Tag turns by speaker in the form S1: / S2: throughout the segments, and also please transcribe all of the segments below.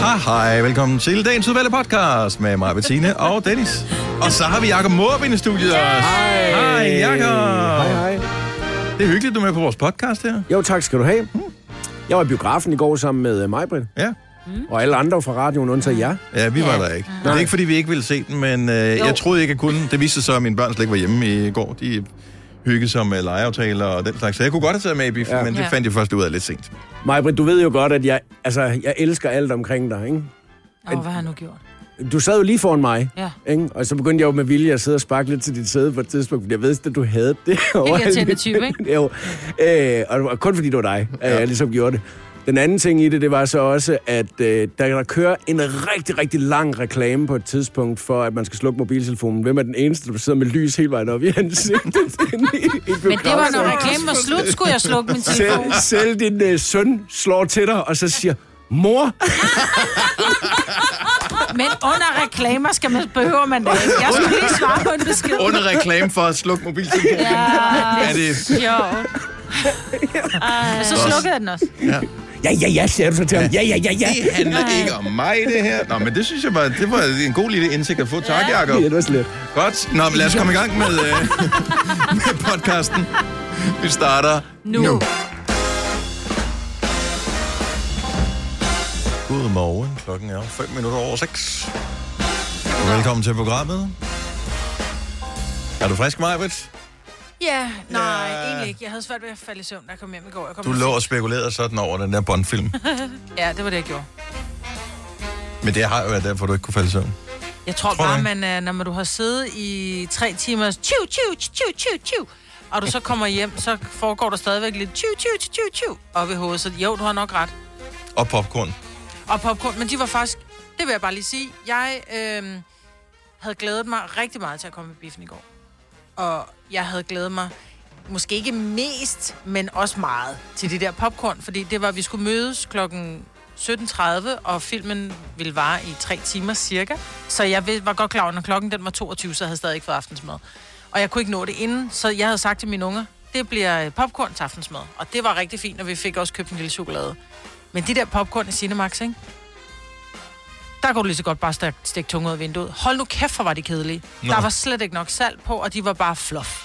S1: Ja, hej. Velkommen til dagens udvalgte podcast med mig, Bettine og Dennis. Og så har vi Jakob Måb ind i studiet også. Hej. Hej, Jakob.
S2: Hej, hej.
S1: Det er hyggeligt, du er med på vores podcast her. Mm.
S2: Jo, tak skal du have. Jeg var i biografen i går sammen med mig, Britt,
S1: Ja.
S2: og alle andre fra radioen, undtagen jer.
S1: Ja, vi var
S3: Ja.
S1: der ikke. Det er ikke, fordi vi ikke ville se den, men øh, jeg troede ikke, jeg kunne. Det viste sig så, at mine børn slet ikke var hjemme i går. De hyggede sig med legeaftaler og den slags. Så jeg kunne godt have taget med i biffen, ja.
S2: Ja.
S1: men det
S3: Ja.
S1: fandt jeg først ud af lidt sent.
S2: Mig, Britt, du ved jo godt, at jeg, altså, jeg elsker alt omkring dig, ikke?
S3: Åh, hvad har han nu gjort?
S2: Du sad jo lige foran mig,
S3: Ja.
S2: ikke? Og så begyndte jeg jo med vilje at sidde og sparke lidt til dit sæde på et tidspunkt, fordi jeg vidste, at du havde det.
S3: irriterende type, ikke?
S2: jo. Øh, og det var kun fordi det var dig, at jeg ligesom gjorde det. Den anden ting i det, det var så også, at øh, der, der kører en rigtig, rigtig lang reklame på et tidspunkt for, at man skal slukke mobiltelefonen. Hvem er den eneste, der sidder med lys hele vejen op i ansigtet?
S3: Men det var, når reklamen var slut, skulle jeg slukke min telefon.
S2: Selv, selv din øh, søn slår til dig, og så siger, mor,
S3: Men under reklamer skal man, behøver man det ikke. Jeg skulle lige svare på en besked. Ah,
S1: Under reklame for at slukke mobiltelefonen. Ja. Er det...
S3: Jo. Og så slukkede jeg den også.
S2: ja, ja, ja, siger du så til ham. Ja, ja, ja, ja.
S1: Det handler ikke om mig, det her. Nå, men det synes jeg var, det var en god lille indsigt at få. Tak,
S3: Ja.
S1: Jacob.
S2: Ja, det var slet.
S1: Godt. Nå, men lad os komme i gang med, øh, med podcasten. Vi starter
S3: Nu.
S1: nu. Godmorgen. Klokken er 5 minutter over 6. Og velkommen til programmet. Er du frisk, Majbrit?
S3: Ja, nej,
S1: Ja.
S3: egentlig ikke. Jeg havde svært ved at falde i søvn, da jeg kom hjem i går. Jeg kom
S1: Du lå og spekulerede sådan over den der Bond-film.
S3: Ja, det var det, jeg gjorde.
S1: Men det har jo været derfor, du ikke kunne falde i søvn.
S3: Jeg tror,
S1: Tror
S3: tror bare,
S1: du
S3: man, øh, når man, du har siddet i tre timer, tju, tju, tju, tju, tju, og du så kommer hjem, så foregår der stadigvæk lidt tju, tju, tju, tju, tju, op i hovedet. Så jo, du har nok ret.
S1: Og popcorn.
S3: Og popcorn, men de var faktisk, det vil jeg bare lige sige, jeg øh, havde glædet mig rigtig meget til at komme i biffen i går. Og jeg havde glædet mig, måske ikke mest, men også meget til de der popcorn, fordi det var, at vi skulle mødes klokken 17.30, og filmen ville vare i tre timer cirka. Så jeg ved- var godt klar over, når klokken den var 22, så havde jeg stadig ikke fået aftensmad. Og jeg kunne ikke nå det inden, så jeg havde sagt til mine unger, det bliver øh, popcorn til aftensmad. Og det var rigtig fint, og vi fik også købt en lille chokolade. Men de der popcorn i Cinemax, ikke? Der kunne du lige så godt bare stak- stikke tunge ud af vinduet. Hold nu kæft, hvor var de kedelige.
S1: Nå.
S3: Nå. Der var slet ikke nok salt på, og de var bare fluff.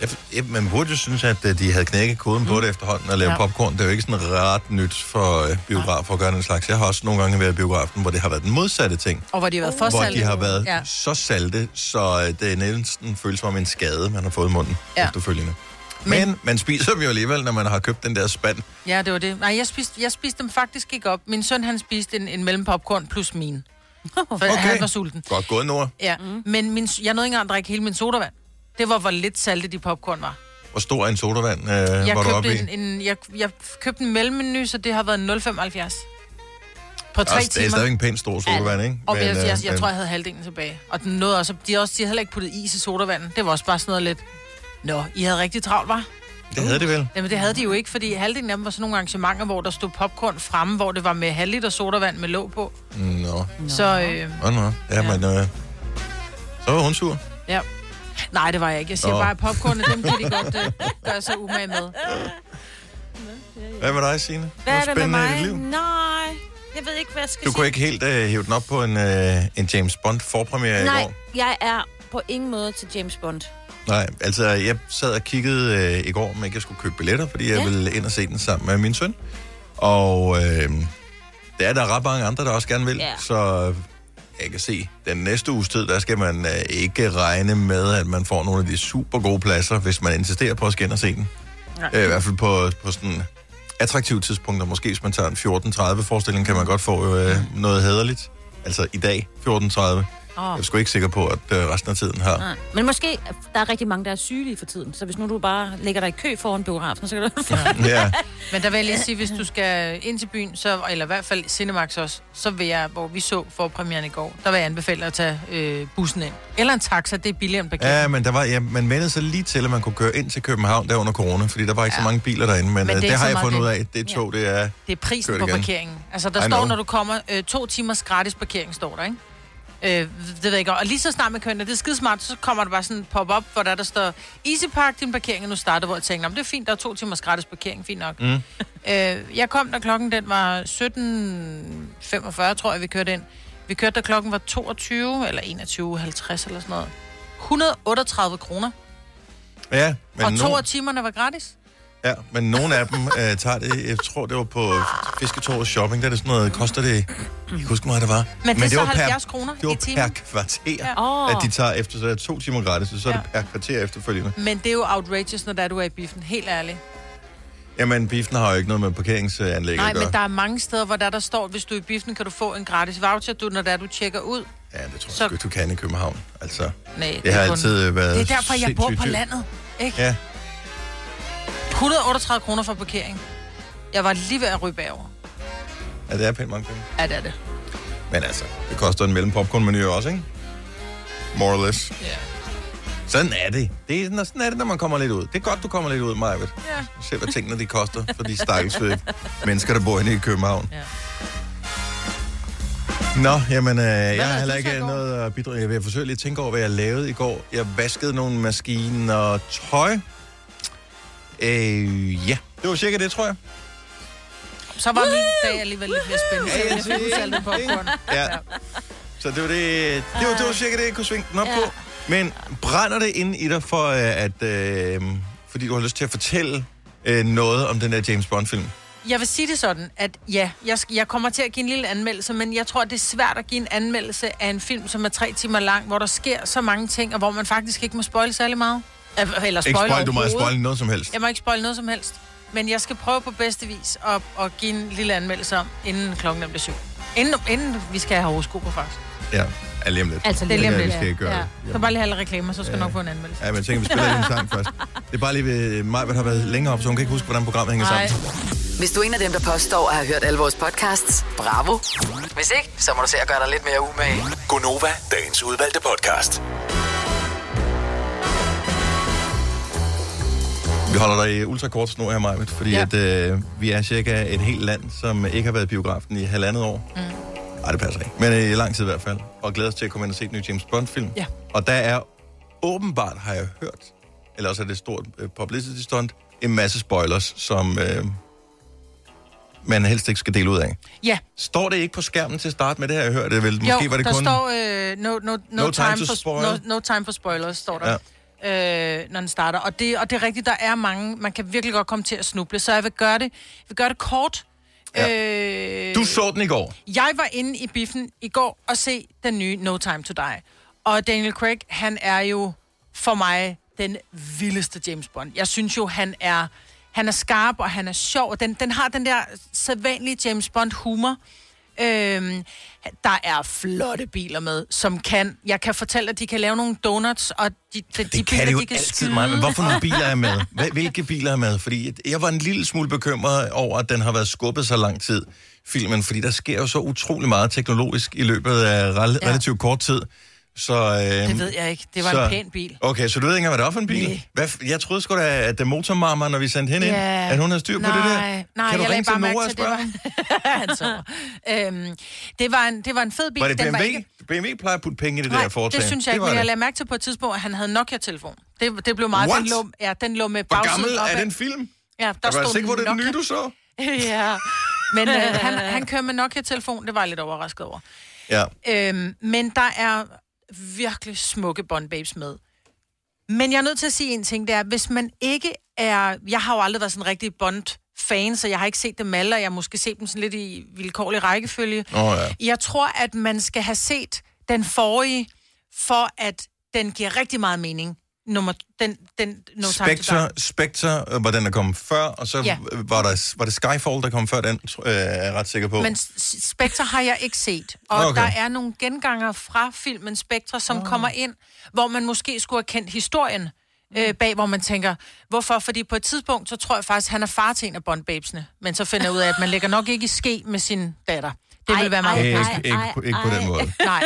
S1: Jeg, jeg, man burde jo synes, at øh, de havde knækket koden på det efterhånden og lavet ja.
S3: Mm. Ja.
S1: popcorn. Det er jo ikke sådan ret nyt for øh, biografer at gøre den slags. Jeg har også nogle gange været i biografen, hvor det har været den modsatte ting.
S3: Og hvor de har været for
S1: hvor
S3: salte.
S1: de har været ja.
S3: Ja.
S1: så salte, så øh, det næsten føles som en skade, man har fået i munden ja.
S3: Ja.
S1: efterfølgende. Men, Men man spiser dem jo alligevel, når man har købt den der spand.
S3: ja, det var det. Nej, jeg spiste, jeg spiste dem faktisk ikke op. Min søn, han spiste en, en mellempopcorn plus min. For okay. han var sulten.
S1: Godt gået, Nora.
S3: Ja, mm. men min, jeg nåede ikke engang at drikke hele min sodavand. Det var, hvor lidt salte de popcorn var.
S1: Hvor stor er en sodavand, øh,
S3: Jeg
S1: var du oppe i?
S3: købte, en, en, jeg, jeg købte en mellemmenu, så det har været 0,75. På
S1: Også, Altså,
S3: tre
S1: det er
S3: timer.
S1: stadig en pæn stor sodavand, ikke?
S3: Og men, jeg,
S1: øh,
S3: jeg, jeg,
S1: men-
S3: tror, jeg havde halvdelen tilbage. Og den nåede også, de, har også, de havde heller ikke puttet is i sodavanden. Det var også bare sådan noget lidt... Nå, I havde rigtig travlt, var?
S1: Det havde det vel.
S3: Jamen, det havde de jo ikke, fordi halvdelen af dem var sådan nogle arrangementer, hvor der stod popcorn fremme, hvor det var med halv liter sodavand med låg på.
S1: Nå,
S3: Så øh,
S1: nå, nå. Ja, ja.
S3: Ja.
S1: men... Øh, så var hun sur.
S3: ja. Nej, det var jeg ikke. Jeg siger
S1: Nå.
S3: Nå. bare, at popcornene, dem kan de godt øh, gøre sig umage med.
S1: Hvad med dig, Signe?
S4: Hvad
S1: Noget
S4: er der med
S1: spændende i dit
S4: mig?
S1: liv?
S4: Nej, jeg ved ikke, hvad jeg skal
S1: Du
S4: sige.
S1: kunne ikke helt øh, hæve den op på en, øh, en James Bond forpremiere i
S4: Nej,
S1: går?
S4: jeg er på ingen måde til James Bond.
S1: Nej, altså jeg sad og kiggede øh, i går, om ikke jeg skulle købe billetter, fordi jeg ja.
S4: Ja.
S1: ville ind og se den sammen med min søn. Og øh, der er der ret mange andre, der også gerne vil, ja.
S4: Ja.
S1: så øh, jeg kan se, den næste uges tid, der skal man øh, ikke regne med, at man får nogle af de super gode pladser, hvis man insisterer på at skal ind og se den. Øh, I hvert fald på, på sådan attraktive tidspunkter. Måske hvis man tager en 14.30 forestilling, kan man godt få øh, noget hederligt. Altså i dag, 14.30. Oh. Jeg er sgu ikke sikker på, at øh, resten af tiden har...
S4: Nej. Men måske, der er rigtig mange, der er sygelige for tiden. Så hvis nu du bare lægger dig i kø foran biografen, så kan du...
S1: Ja.
S3: Men der vil jeg lige sige, hvis du skal ind til byen, så, eller i hvert fald Cinemax også, så vil jeg, hvor vi så for premieren i går, der vil jeg anbefale at tage øh, bussen ind. Eller en taxa, det er billigere end parkering.
S1: Ja, men der var, ja, man vendte sig lige til, at man kunne køre ind til København der under corona, fordi der var ikke ja. så mange biler derinde, men, men
S3: er
S1: det, det
S3: ikke
S1: har
S3: så
S1: jeg
S3: meget
S1: fundet
S3: det.
S1: ud af. Det tog, det er...
S3: Det er prisen
S1: Gør det
S3: på
S1: gerne.
S3: parkeringen. Altså, der
S1: I
S3: står,
S1: know.
S3: når du kommer, øh, to timers gratis parkering står der, ikke? Øh, det ved jeg ikke. Og lige så snart man kører ind, og det er skidesmart, så kommer der bare sådan en pop-up, hvor der, der står, Easy Park, din parkering er nu startet, hvor jeg tænkte, "Nå, men det er fint, der er to timers gratis parkering, fint nok. Mm. Øh, jeg kom, da klokken den var 17.45, tror jeg, vi kørte ind. Vi kørte, da klokken var 22, eller 21.50 eller sådan noget. 138 kroner.
S1: Ja, men
S3: Og to
S1: nogen-
S3: af timerne var gratis.
S1: Ja, men nogle af dem øh, tager det, jeg tror det var på Fisketorvet Shopping, der er det sådan noget, koster det, jeg kan ikke huske hvor meget det var.
S3: Men det er så
S1: var
S3: 70 kroner
S1: Det var
S3: i timen.
S1: per kvarter, ja.
S4: Åh.
S1: at de tager efter, så er det to timer gratis, og så er det
S3: Ja.
S1: per kvarter efterfølgende.
S3: Men det er jo outrageous, når der du er i biffen, helt ærligt.
S1: Jamen, biffen har jo ikke noget med parkeringsanlæg
S3: Nej,
S1: at gøre.
S3: men der er mange steder, hvor der, der står, hvis du er i biffen, kan du få en gratis voucher, du, når der du tjekker ud.
S1: Ja, det tror jeg
S3: så-
S1: sgu ikke, du kan i København. Altså,
S3: Nej,
S1: det har
S3: er kun-
S1: altid øh, været
S3: Det er derfor, jeg bor
S1: sindssygt
S3: på
S1: dyrt.
S3: landet. Ikke?
S1: Ja,
S3: 138 kroner for parkering. Jeg var lige ved at ryge bagover.
S1: ja, det er pænt mange penge.
S3: Ja, det er det.
S1: Men altså, det koster en mellem popcornmenu også, ikke? More or less.
S3: Ja.
S1: Sådan er det. det er, når- sådan er det, når man kommer lidt ud. Det er godt, du kommer lidt ud, Majved.
S3: Ja.
S1: Se, hvad tingene de koster for de stakkels øh, mennesker, der bor inde i København.
S3: Ja.
S1: Nå, jamen, øh, jeg
S3: lavede
S1: har heller
S3: du så i
S1: ikke
S3: går?
S1: noget at bidrage. Jeg vil forsøge lige at tænke over, hvad jeg lavede i går. Jeg vaskede nogle maskiner og tøj. Øh, ja, det var cirka det, tror jeg.
S3: Så var min dag alligevel lidt mere spændende.
S1: Ja,
S3: Ja,
S1: jeg
S3: jeg fik
S1: siger
S3: saltet på
S1: ikke. Ja. Så det var det, det var, det var cirka det, jeg kunne svinge den op ja.
S4: Ja.
S1: på. Men brænder det ind i dig, for, øh, at, øh, fordi du har lyst til at fortælle øh, noget om den der James Bond-film?
S3: Jeg vil sige det sådan, at ja, jeg, sk- jeg kommer til at give en lille anmeldelse, men jeg tror, det er svært at give en anmeldelse af en film, som er tre timer lang, hvor der sker så mange ting, og hvor man faktisk ikke må spoil særlig meget. Eh, Eller spoil
S1: Ikke spoil, du må
S3: overhovedet.
S1: spoil noget som helst.
S3: Jeg må ikke spoil noget som helst. Men jeg skal prøve på bedste vis at, at give en lille anmeldelse om, inden klokken den bliver syv. Inden, inden vi skal have hovedsko på, faktisk.
S1: Ja, ja lige om lidt.
S4: Altså,
S3: Det er lige om
S1: Ja,
S3: lidt.
S1: vi skal ikke gøre
S4: Ja.
S1: det.
S3: Så bare lige have alle reklamer, så skal jeg nok få en anmeldelse.
S1: Ja, men jeg tænker, vi spiller lige en sang først. Det er bare lige ved mig, der har været længere op, så hun kan ikke huske, hvordan programmet hænger
S3: Nej.
S1: sammen.
S5: Hvis du er en af dem, der påstår at have hørt alle vores podcasts, bravo. Hvis ikke, så må du se at gøre dig lidt mere umage.
S6: Gunova, dagens udvalgte podcast.
S1: Vi holder dig i ultrakort snor her, Majbet, fordi ja. at, øh, vi er cirka et helt land, som ikke har været i biografen i halvandet år. Mm. Ej, det passer ikke. Men øh, i lang tid i hvert fald. Og glæder os til at komme ind og se den nye James Bond-film.
S3: Ja.
S1: Og der er åbenbart, har jeg hørt, eller også er det et stort øh, publicity stunt, en masse spoilers, som øh, man helst ikke skal dele ud af.
S3: Ja,
S1: Står det ikke på skærmen til start med det her, jeg hørte? det Vel, måske
S3: jo,
S1: var det
S3: der
S1: kun...
S3: står øh, no, no, no,
S1: No
S3: no,
S1: time
S3: time
S1: to
S3: for,
S1: spoil.
S3: no, no time for spoilers, står der. Ja. Øh, når den starter. Og det, og det er rigtigt, der er mange, man kan virkelig godt komme til at snuble, så jeg vil gøre det, jeg vil gøre det kort.
S1: Ja.
S3: Ja. Øh,
S1: Du så den i går.
S3: Jeg var inde i biffen i går og se den nye No Time to Die. Og Daniel Craig, han er jo for mig den vildeste James Bond. Jeg synes jo, han er, han er skarp, og han er sjov. og Den, den har den der sædvanlige James Bond-humor. Øhm, der er flotte biler med, som kan... Jeg kan fortælle, at de kan lave nogle donuts, og de, de,
S1: Det kan
S3: de biler,
S1: det jo
S3: de kan
S1: altid
S3: skyde.
S1: meget, men hvorfor nogle biler er med? Hva- Hvilke biler er med? Fordi jeg var en lille smule bekymret over, at den har været skubbet så lang tid, filmen, fordi der sker jo så utrolig meget teknologisk i løbet af rel- ja.
S3: Ja.
S1: relativt kort tid. Så, øh,
S3: Det ved jeg ikke. Det var
S1: så,
S3: en pæn bil.
S1: Okay, så du ved ikke engang, hvad det er for en bil?
S3: Nej.
S1: Hvad, f- jeg troede sgu da, at det motormarmer, når vi sendte hende
S3: Ja.
S1: ind, at hun havde styr på det der.
S3: Nej, nej,
S1: kan du
S3: jeg
S1: ringe
S3: lagde bare
S1: til
S3: mærke
S1: Nora og
S3: til, det
S1: spørge?
S3: var... Han sover. øhm, det, var en, det var en fed bil.
S1: Var det
S3: Den
S1: BMW?
S3: Var ikke...
S1: BMW plejer at putte penge i det
S3: Nej,
S1: der foretagende.
S3: det synes jeg ikke,
S1: var
S3: men jeg
S1: det.
S3: lagde mærke til på et tidspunkt, at han havde Nokia-telefon. Det, det blev meget...
S1: What?
S3: Den lå, ja, den lå med
S1: Hvor
S3: bagsiden
S1: gammel
S3: opad.
S1: er den film?
S3: Ja, der
S1: Jeg var
S3: stod
S1: sikker på, det er den nye,
S3: Nokia.
S1: du så.
S3: ja, men øh, han, han kører med Nokia-telefon, det var jeg lidt overrasket over.
S1: Ja.
S3: Øhm, men der er virkelig smukke Bond Babes med. Men jeg er nødt til at sige en ting, det er, hvis man ikke er... Jeg har jo aldrig været sådan en rigtig Bond-fan, så jeg har ikke set dem alle, og jeg har måske set dem sådan lidt i vilkårlig rækkefølge.
S1: Åh, ja.
S3: Jeg tror, at man skal have set den forrige, for at den giver rigtig meget mening. Nummer, den, den, no Time to Die.
S1: Spectre, Spectre øh, var den, der kom før, og så ja.
S3: Ja.
S1: var, der, var det Skyfall, der kom før den, tr- øh, er jeg ret sikker på.
S3: Men
S1: Men...
S3: S- Spectre har jeg ikke set. Og
S1: Okay.
S3: okay. der er nogle genganger fra filmen Spectre,
S4: Ah.
S3: som oh. kommer ind, hvor man måske skulle have kendt historien
S4: Mm.
S3: øh, bag, hvor man tænker, hvorfor? Fordi på et tidspunkt, så tror jeg faktisk, han er far til en af Bond-babesene. Men så finder jeg ud af, at man ligger nok ikke i ske med sin datter. Det
S4: Ej,
S3: vil være
S4: ej,
S3: meget
S1: Ikke,
S4: ej,
S1: ikke, ikke, ikke på
S4: ej.
S1: den måde.
S3: Nej,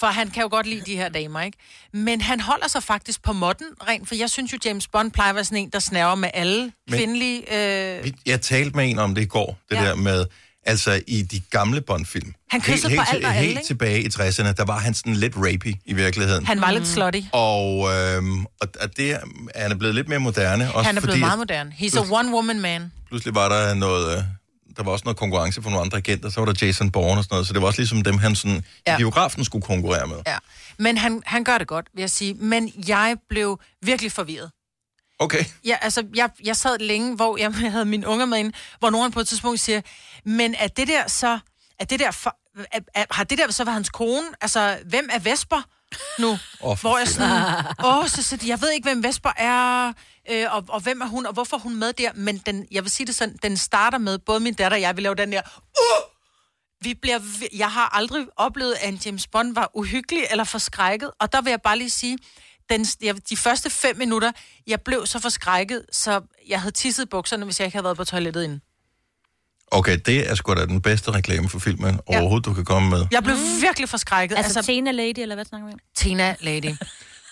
S3: for han kan jo godt lide de her damer, ikke? Men han holder sig faktisk på modden, rent, for jeg synes jo, James Bond plejer at være sådan en, der snæver med alle
S1: Men-
S3: kvindelige... Øh,
S1: Vi- Jeg talte med en om det i går, det ja.
S3: Ja.
S1: der med, Altså i de gamle Bond-film.
S3: Han kyssede
S1: helt,
S3: på
S1: helt,
S3: alt og
S1: til-
S3: alle,
S1: Helt
S3: ikke?
S1: tilbage i 60'erne, der var han sådan lidt rapey i virkeligheden. Han...
S3: Han var lidt slutty.
S1: Og, øhm, og og det er, han er blevet lidt mere moderne. Også
S3: Han er blevet
S1: fordi,
S3: meget moderne. He's a one-woman man.
S1: pludselig var der noget... Øh, der var også noget konkurrence for nogle andre agenter, så var der Jason Bourne og sådan noget, så det var også ligesom dem, han sådan ja.
S3: Ja.
S1: i biografen skulle konkurrere med.
S3: Ja. Men han, han gør det godt, vil jeg sige. Men jeg blev virkelig forvirret.
S1: Okay.
S3: Ja, altså, jeg, jeg sad længe, hvor jeg havde mine unger med inde, hvor nogen på et tidspunkt siger, men er det der så, er det der for, er, er, har det der så været hans kone? Altså, hvem er Vesper nu?
S1: Åh, for
S3: hvor jeg sådan, åh, så, så jeg ved ikke, hvem Vesper er, øh, og, og hvem er hun, og hvorfor er hun med der? Men den, jeg vil sige det sådan, den starter med, både min datter og jeg, vi laver den der, uh! Vi bliver, vi- jeg har aldrig oplevet, at en James Bond var uhyggelig eller forskrækket, og der vil jeg bare lige sige, den, jeg, de første fem minutter, jeg blev så forskrækket, så jeg havde tisset i bukserne, hvis jeg ikke havde været på toilettet inden.
S1: Okay, det er sgu da den bedste reklame for filmen ja. overhovedet, du kan komme med.
S3: Jeg blev mm. virkelig forskrækket.
S4: Altså, altså Tena Lady, eller hvad snakker vi om?
S3: Tina Lady.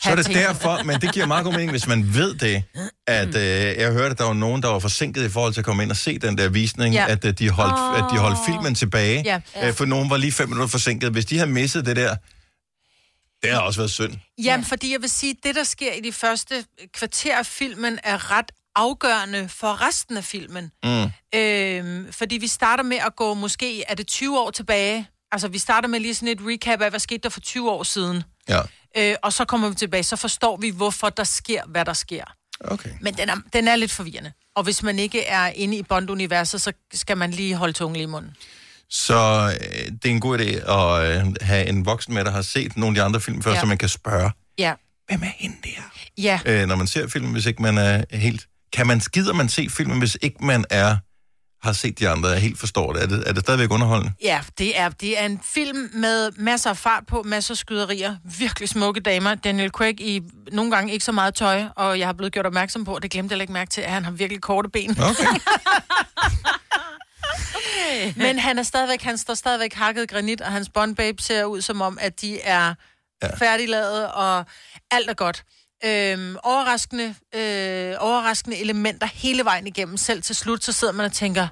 S1: Så er det
S3: Tina.
S1: derfor, men det giver meget god mening, hvis man ved det, at øh, jeg hørte, at der var nogen, der var forsinket i forhold til at komme ind og se den der visning, ja.
S3: Ja.
S1: at, øh, de holdt, oh. at de holdt filmen tilbage,
S3: Ja.
S1: øh, for nogen var lige fem minutter forsinket. Hvis de havde misset det der, det har også været synd.
S3: Jamen, fordi jeg vil sige, det, der sker i de første kvarter af filmen, er ret afgørende for resten af filmen. Mm. Øhm, fordi vi starter med at gå måske, er det 20 år tilbage? Altså, vi starter med lige sådan et recap af, hvad skete der for 20 år siden?
S1: Ja,
S3: Øh, og så kommer vi tilbage, så forstår vi, hvorfor der sker, hvad der sker.
S1: okay.
S3: Men den er, den er lidt forvirrende. Og hvis man ikke er inde i Bond-universet, så skal man lige holde tungen lige i munden.
S1: Så øh, det er en god idé at øh, have en voksen med, der har set nogle af de andre film før, ja.
S3: Ja.
S1: så man kan spørge,
S3: Ja.
S1: hvem er hende der?
S3: Ja.
S1: øh, når man ser filmen, hvis ikke man er helt... Kan man, gider man se filmen, hvis ikke man er har set de andre, og helt forstår det? Er det, er det stadigvæk underholdende?
S3: Ja, det er, det er en film med masser af fart på, masser af skyderier, virkelig smukke damer. Daniel Craig i nogle gange ikke så meget tøj, og jeg har blevet gjort opmærksom på, og det glemte jeg ikke mærke til, at han har virkelig korte ben.
S1: Okay.
S3: Men han er stadigvæk, han står stadigvæk hakket i granit, og hans bondbabe ser ud som om, at de er ja. færdiglavet, og alt er godt. Øhm, overraskende, øh, overraskende elementer hele vejen igennem. Selv til slut, så sidder man og tænker,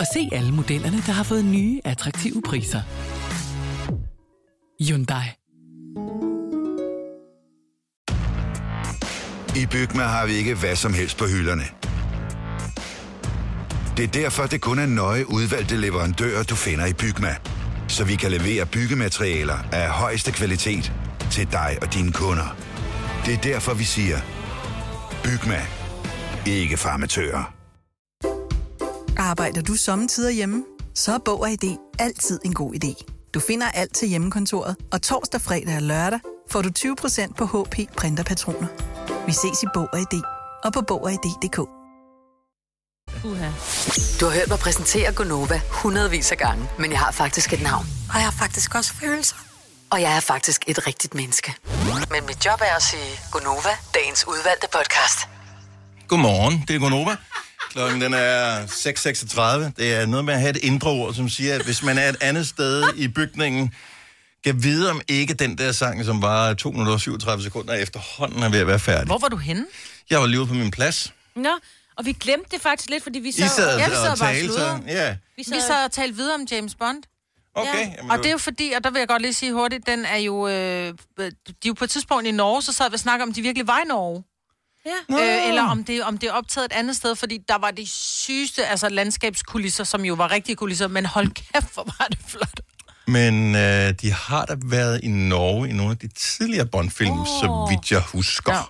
S7: og se alle modellerne, der har fået nye, attraktive priser. Hyundai.
S8: I Bygma har vi ikke hvad som helst på hylderne. Det er derfor, det kun er nøje udvalgte leverandører, du finder i Bygma. Så vi kan levere byggematerialer af højeste kvalitet til dig og dine kunder. Det er derfor, vi siger, Bygma. Ikke farmatører.
S9: Arbejder du sommetider hjemme? Så er Bog og ID altid en god idé. Du finder alt til hjemmekontoret, og torsdag, fredag og lørdag får du 20% på HP Printerpatroner. Vi ses i Bog og ID og på Bog og
S4: Uha.
S5: Du har hørt mig præsentere Gonova hundredvis af gange, men jeg har faktisk et navn.
S10: Og jeg har faktisk også følelser.
S5: Og jeg er faktisk et rigtigt menneske. Men mit job er at sige Gonova, dagens udvalgte podcast.
S1: Godmorgen, det er Gonova. Klokken den er 6.36. Det er noget med at have et indre ord, som siger, at hvis man er et andet sted i bygningen, kan vide om ikke den der sang, som var 237 sekunder efterhånden er ved at være færdig.
S3: Hvor var du henne?
S1: Jeg var lige ude på min plads.
S4: Nå, og vi glemte det faktisk lidt, fordi vi sad...
S1: I sad
S4: Ja,
S1: og,
S4: vi
S1: og
S4: bare
S1: talte.
S4: sludrede.
S1: så- Ja.
S3: Vi sad, vi sad og talte videre om James Bond.
S1: Okay,
S3: Ja.
S1: jamen,
S3: Og
S1: det-
S3: det er jo fordi, og der vil jeg godt lige sige hurtigt, den er jo, øh, de er jo på et tidspunkt i Norge, så sad vi og snakkede om, de virkelig var i Norge.
S4: Ja.
S3: Øh, eller om det, om det er optaget et andet sted, fordi der var de sygeste altså landskabskulisser, som jo var rigtige kulisser, men hold kæft, hvor var det flot.
S1: Men øh, de har da været i Norge i nogle af de tidligere Bond-film, oh. så vidt jeg husker. Ja.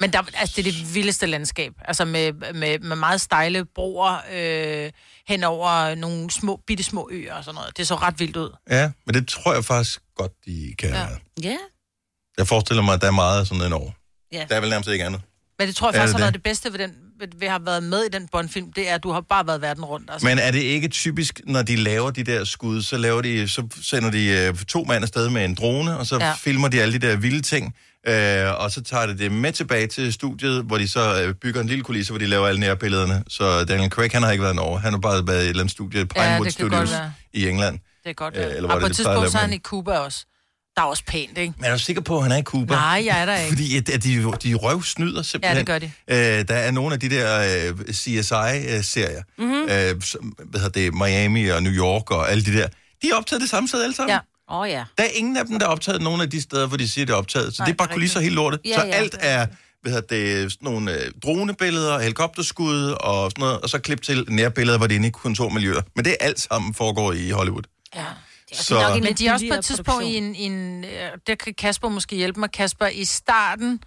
S3: Men der, altså, det er det vildeste landskab, altså med, med, med meget stejle broer øh, hen over nogle små, bitte små øer og sådan noget. Det så ret vildt ud.
S1: Ja, men det tror jeg faktisk godt, de kan. Ja.
S4: Ja.
S1: Jeg forestiller mig, at der er meget af sådan noget i Norge.
S3: ja.
S1: Der er vel nærmest ikke andet.
S3: Men det tror jeg
S1: Er
S3: faktisk
S1: det
S3: har været
S1: det?
S3: det bedste ved, den, ved, ved at have været med i den Bond-film, det er, at du har bare været verden rundt. Altså.
S1: Men er det ikke typisk, når de laver de der skud, så, laver de, så sender de øh, to mand afsted med en drone, og så
S3: Ja.
S1: ja. filmer de alle de der vilde ting, øh, og så tager de det med tilbage til studiet, hvor de så øh, bygger en lille kulisse, hvor de laver alle nærbillederne. Så Daniel Craig, han har ikke været i Norge. Han har bare været i et eller andet studie, Pinewood
S3: det kan godt
S1: Studios
S3: være.
S1: i England.
S3: Det er godt.
S1: Øh,
S3: Øh,
S1: eller
S3: eller
S1: var
S3: og
S1: det
S3: på et
S1: det, der
S3: tidspunkt,
S1: lavede
S3: så er han
S1: dem?
S3: i Cuba også. Der er også pænt, ikke?
S1: Men er du sikker på, at han er i Cuba?
S3: Nej, jeg er der ikke.
S1: Fordi at, at de, de røvsnyder simpelthen.
S3: Ja, det gør de.
S1: Øh, der er nogle af de der øh, CSI-serier.
S3: Mhm.
S1: Øh, som- hvad hedder det? Miami og New York og alle de der. De er optaget det samme sted alle sammen.
S4: Ja. Åh oh, ja.
S1: Der er ingen af dem, der er optaget nogen af de steder, hvor de siger, det er optaget. Så
S4: Nej,
S1: Nej, det er bare
S4: rigtigt.
S1: kulisser helt lortet.
S4: Ja,
S1: så
S4: ja,
S1: alt
S4: det
S1: er hvad hedder det, sådan nogle øh, dronebilleder, helikopterskud og sådan noget, og så klip til nærbilleder, hvor det er inde i kontormiljøer. Men det er alt sammen foregår i Hollywood.
S3: Ja.
S1: er
S3: Så... Nok, men
S4: altså lidt
S3: de er også på
S4: billigere
S3: et tidspunkt i en, i en øh, der kan Kasper måske hjælpe mig, Kasper, i starten,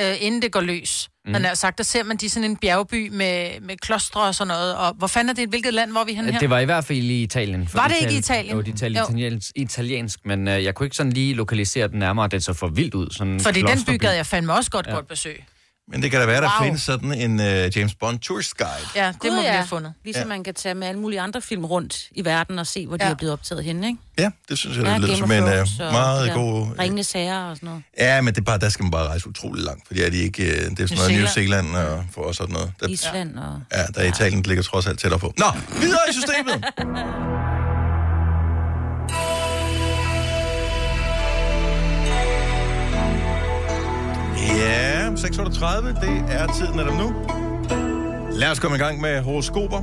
S3: øh, inden det går løs, mm.
S11: Mm.
S3: han har sagt, der ser man de er sådan en bjergby med, med klostre og sådan noget, og hvor fanden er det, hvilket land, hvor er vi henne her?
S11: Det var i hvert fald i Italien. for
S3: Var det ikke
S11: Italien-
S3: i Italien?
S11: Jo, de talte
S3: Jo.
S11: italiensk, italiensk, men øh, jeg kunne ikke sådan lige lokalisere den nærmere, den så for vildt ud. Sådan en
S3: Fordi den by
S11: klosterby.
S3: gad jeg fandme også godt
S11: Ja.
S3: ja. godt besøg.
S1: Men det kan da være, der
S3: Wow.
S1: wow. findes sådan en øh, James Bond tourist guide.
S3: Ja, det
S4: Gud,
S3: må vi
S4: ja.
S3: have fundet.
S4: Ligesom
S1: Ja.
S4: man kan tage med alle mulige andre film rundt i verden og se, hvor de
S3: Ja.
S4: er blevet optaget henne, ikke?
S1: Ja, det synes jeg,
S4: Ja,
S1: det lyder
S4: Game
S1: som
S4: of
S1: en øh,
S4: Thrones og de
S1: meget
S4: der
S1: god... øh,
S4: Ringende sager og sådan noget.
S1: Ja, men det er bare, der skal man bare rejse utrolig langt, fordi er de ikke, øh, det er sådan
S4: New
S1: noget New
S4: Zealand.
S1: Zealand og for og sådan noget. Der,
S4: Island og...
S1: Ja, der er Italien, der ligger trods alt tættere på. Nå, videre i systemet! Ja, 6.38, det er tiden af dem nu. Lad os komme i gang med horoskoper.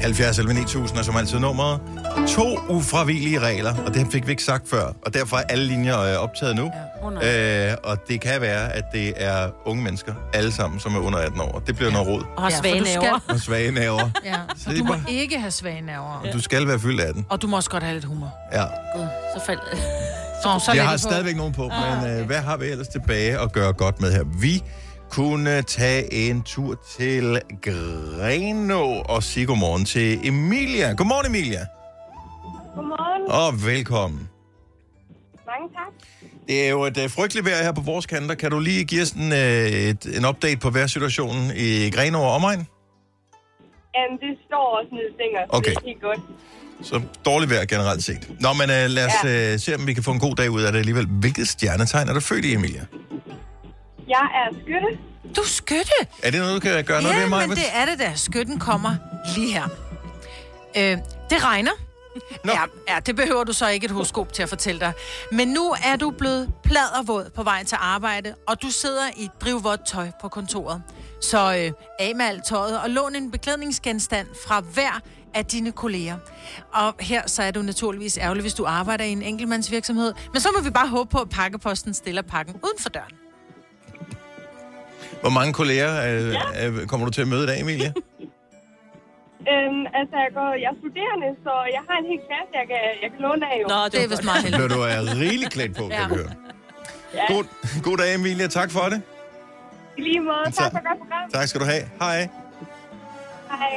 S1: 70 11 9000 er som altid nummeret. To ufravigelige regler, og det fik vi ikke sagt før, og derfor er alle linjer øh, optaget nu. Ja. Øh, og det kan være, at det er unge mennesker, alle sammen, som er under 18 år. Det bliver ja. noget råd.
S3: Og har Ja, for svage du skal- nerver.
S1: Og svage nerver.
S3: Ja.
S1: Så
S3: Og
S1: det
S3: du
S1: er
S3: må
S1: bare-
S3: ikke have svage nerver.
S1: Du skal være fyldt 18.
S3: Og du må også godt have lidt humor.
S1: Ja.
S4: Gud, så fald...
S3: Nå, så
S1: jeg
S3: læg
S1: har
S3: det på. Ah,
S1: stadigvæk nogen på, men øh, hvad har vi ellers tilbage at gøre godt med her? Vi kunne tage en tur til Greno og sige godmorgen til Emilia. Godmorgen, Emilia.
S12: Godmorgen.
S1: Og velkommen.
S12: Mange tak.
S1: Det er jo et øh, frygteligt vejr her på vores kanter. Kan du lige give os en, øh, et, en update på vejrsituationen i Greno og omegn?
S12: Jamen, det står også nede i stænger, så
S1: Okay.
S12: det er helt godt.
S1: Så dårligt vejr generelt set. Nå, men øh, lad os øh, se, om vi kan få en god dag ud af det alligevel. Hvilket stjernetegn er du født i, Emilia?
S12: Jeg er skytte.
S3: Du er skytte?
S1: Er det noget, du kan gøre noget
S3: ja,
S1: ved mig?
S3: men det er det da. Skytten kommer lige her. Øh, det regner. No. Ja, ja, det behøver du så ikke et horoskop til at fortælle dig. Men nu er du blevet pladervåd på vej til arbejde, og du sidder i drivvådt tøj på kontoret. Så øh, af med alt tøjet og lån en beklædningsgenstand fra hver af dine kolleger. Og her så er du naturligvis ærgerlig, hvis du arbejder i en enkeltmandsvirksomhed. Men så må vi bare håbe på, at pakkeposten stiller pakken uden for døren.
S1: Hvor mange kolleger øh, øh, kommer du til at møde i dag, Emilie?
S12: Øhm, altså, jeg, går, jeg er studerende, så jeg har en hel klasse, jeg kan, jeg kan låne af. Jo.
S3: Nå, det er vist meget
S1: Bliver du er rigeligt klædt på, kan jeg høre.
S12: Ja.
S1: God, god dag, Emilie. Tak for det.
S12: I lige måde. Tak for godt program.
S1: Tak skal du have. Hej.
S12: Hej.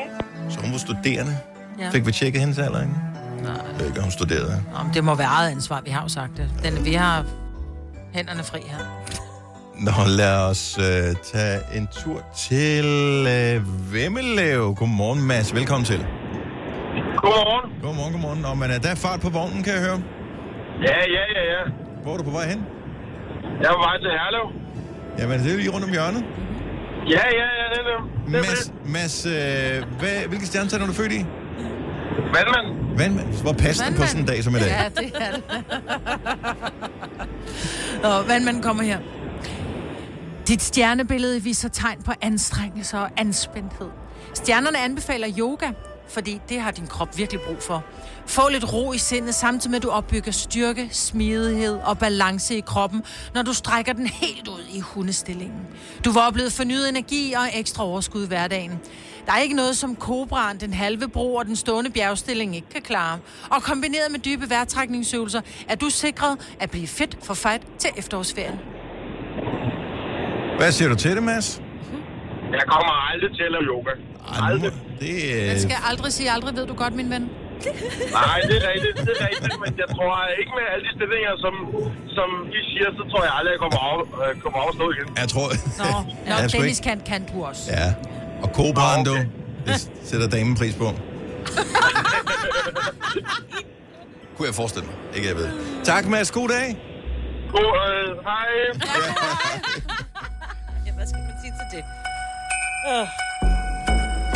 S1: Så hun var studerende.
S3: Ja.
S1: Fik vi tjekket hendes alder, ikke? Nej. Jeg ved ikke, om hun studerede.
S3: Nå, men det må være eget ansvar, vi har jo sagt det. Den, vi har hænderne fri her.
S1: Nå, lad os øh, tage en tur til øh, Vemmelev. Godmorgen, Mads. Velkommen til. Godmorgen. Godmorgen, godmorgen. Nå, men øh, der er fart på vognen, kan jeg høre.
S13: Ja, ja, ja, ja.
S1: Hvor er du på vej hen?
S13: Jeg er på vej til Herlev.
S1: Jamen, det er jo lige rundt om hjørnet.
S13: Ja, ja, ja, det er det.
S1: Mads, Mads øh, hvad, hvilke stjernetegn er du født i?
S13: Vandmand.
S1: Vandmand. Hvor passende på sådan en dag som i dag.
S3: Ja, det er det. Nå, vandmanden kommer her. Dit stjernebillede viser tegn på anstrengelse og anspændthed. Stjernerne anbefaler yoga, fordi det har din krop virkelig brug for. Få lidt ro i sindet, samtidig med at du opbygger styrke, smidighed og balance i kroppen, når du strækker den helt ud i hundestillingen. Du vil opleve fornyet energi og ekstra overskud i hverdagen. Der er ikke noget, som kobraen, den halve bro og den stående bjergstilling ikke kan klare. Og kombineret med dybe vejrtrækningsøvelser er du sikret at blive fit for fight til efterårsferien.
S1: Hvad siger du til det, Mads?
S13: Mm-hmm. Jeg kommer aldrig til at lave yoga.
S1: Aldrig. Det, øh,
S3: Man skal aldrig sige aldrig, ved du godt, min ven.
S13: Nej, det er rigtigt, det er rigtigt, men jeg tror ikke med alle de stillinger, som, som I siger, så tror jeg aldrig, jeg kommer af, øh, kommer af at stå igen.
S1: jeg tror...
S3: Nå,
S1: Ja,
S3: Nå
S1: sgu
S3: Dennis
S1: ikke.
S3: kan, kan du også.
S1: Ja. Og kobraen, du. Det sætter damen pris på. Kunne jeg forestille mig. Ikke jeg ved. Tak, Mads. God dag.
S13: God, øh, hej.
S10: ja, hvad skal man sige til det?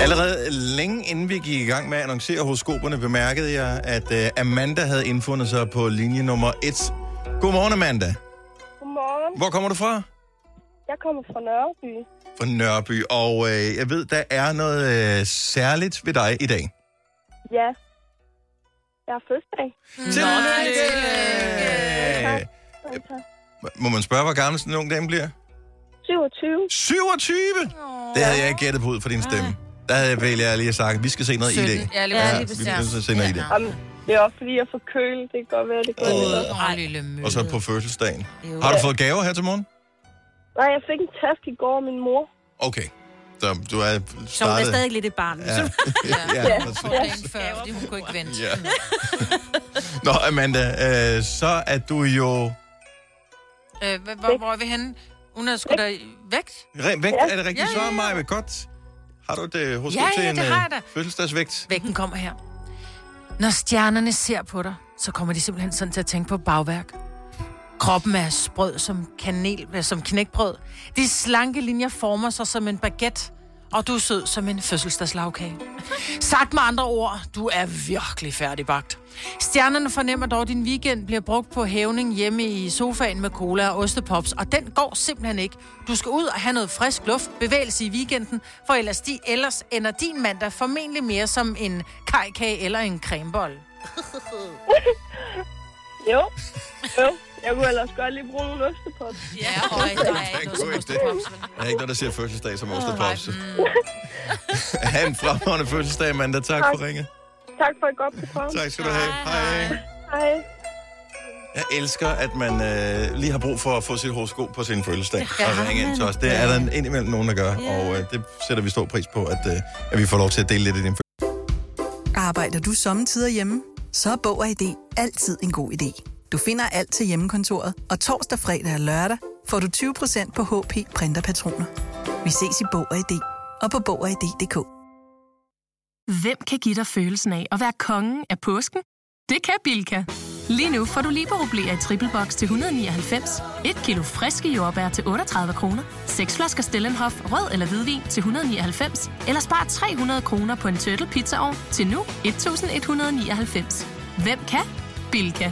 S1: Allerede længe inden vi gik i gang med at annoncere horoskoperne, bemærkede jeg, at øh, Amanda havde indfundet sig på linje nummer 1. Godmorgen, Amanda.
S12: Godmorgen.
S1: Hvor kommer du fra?
S12: Jeg kommer fra Nørreby.
S1: Fra Nørreby. Og øh, jeg ved, der er noget øh, særligt ved dig i dag.
S12: Ja. Jeg har fødselsdag.
S1: Øh, må man spørge, hvor gammel sådan en ung dame bliver?
S12: 27.
S1: 27? Det havde jeg ikke gættet på ud fra din stemme. Der havde jeg vel jeg lige sagt, vi skal se noget i det.
S12: Ah. Ja, lige
S1: vi
S12: præcis.
S1: skal se noget i det.
S12: Om, det er også fordi, jeg er forkølet. Det kan godt være, det går lidt op.
S3: Åh, lille mø.
S1: Og så på fødselsdagen. Har du fået gaver her til morgen?
S12: Nej, jeg fik en taske i går af min mor.
S1: Okay. Så du er
S4: Så hun er
S1: startet...
S4: stadig lidt et barn.
S1: Ja. Ja,
S3: Ja,
S1: præcis.
S3: for dagen før, fordi hun kunne ikke vente.
S1: Ja. Nå, Amanda, øh, så er du jo...
S3: Øh, hva- hvor, hvor er vi henne? Hun er sgu da i- vægt.
S1: Re- vægt,
S3: Ja.
S1: er det rigtigt
S3: Ja,
S1: svar,
S3: ja, ja.
S1: Maja? Godt. Har du det hos
S3: Ja,
S1: til
S3: ja,
S1: en
S3: det
S1: øh,
S3: har jeg da.
S1: fødselsdagsvægt?
S3: Vægten kommer her. Når stjernerne ser på dig, så kommer de simpelthen sådan til at tænke på bagværk. Kroppen er sprød som, kanel, øh, som knækbrød. De slanke linjer former sig som en baguette, og du er sød som en fødselsdagslagkage. Sagt med andre ord, du er virkelig færdigbagt. Stjernerne fornemmer dog, at din weekend bliver brugt på hævning hjemme i sofaen med cola og ostepops, og den går simpelthen ikke. Du skal ud og have noget frisk luft, bevægelse i weekenden, for ellers, de, ellers ender din mandag formentlig mere som en kajkage eller en cremebolle.
S12: Jo. Jo. Jeg kunne ellers godt lige bruge nogle ostepop.
S3: Ja, og der er ikke
S1: God idé. Der er ikke noget, der siger fødselsdag som ostepops. ha' en fremragende fødselsdag, Amanda. Tak for ringet.
S12: Tak for et godt program.
S1: Tak skal du have. Hej.
S12: Hej.
S1: Jeg elsker, at man øh, lige har brug for at få sit horoskop på sin fødselsdag
S12: Ja,
S1: og ringe ind
S12: men-
S1: til os. Det er der indimellem nogen, der gør, og øh, det sætter vi stor pris på, at, øh, at vi får lov til at dele lidt af din
S9: Arbejder du sommetider hjemme? Så er Bog og ID altid en god idé. Du finder alt til hjemmekontoret, og torsdag, fredag og lørdag får du 20% på HP Printerpatroner. Vi ses i Bog og ID og på Bog og ID.dk.
S14: Hvem kan give dig følelsen af at være kongen af påsken? Det kan Bilka! Lige nu får du liberobleer i triple box til 199, et kilo friske jordbær til 38 kroner, seks flasker Stellenhof rød eller hvidvin til 199, eller spar 300 kroner på en turtle pizzaovn til nu 1199. Hvem kan? Bilka.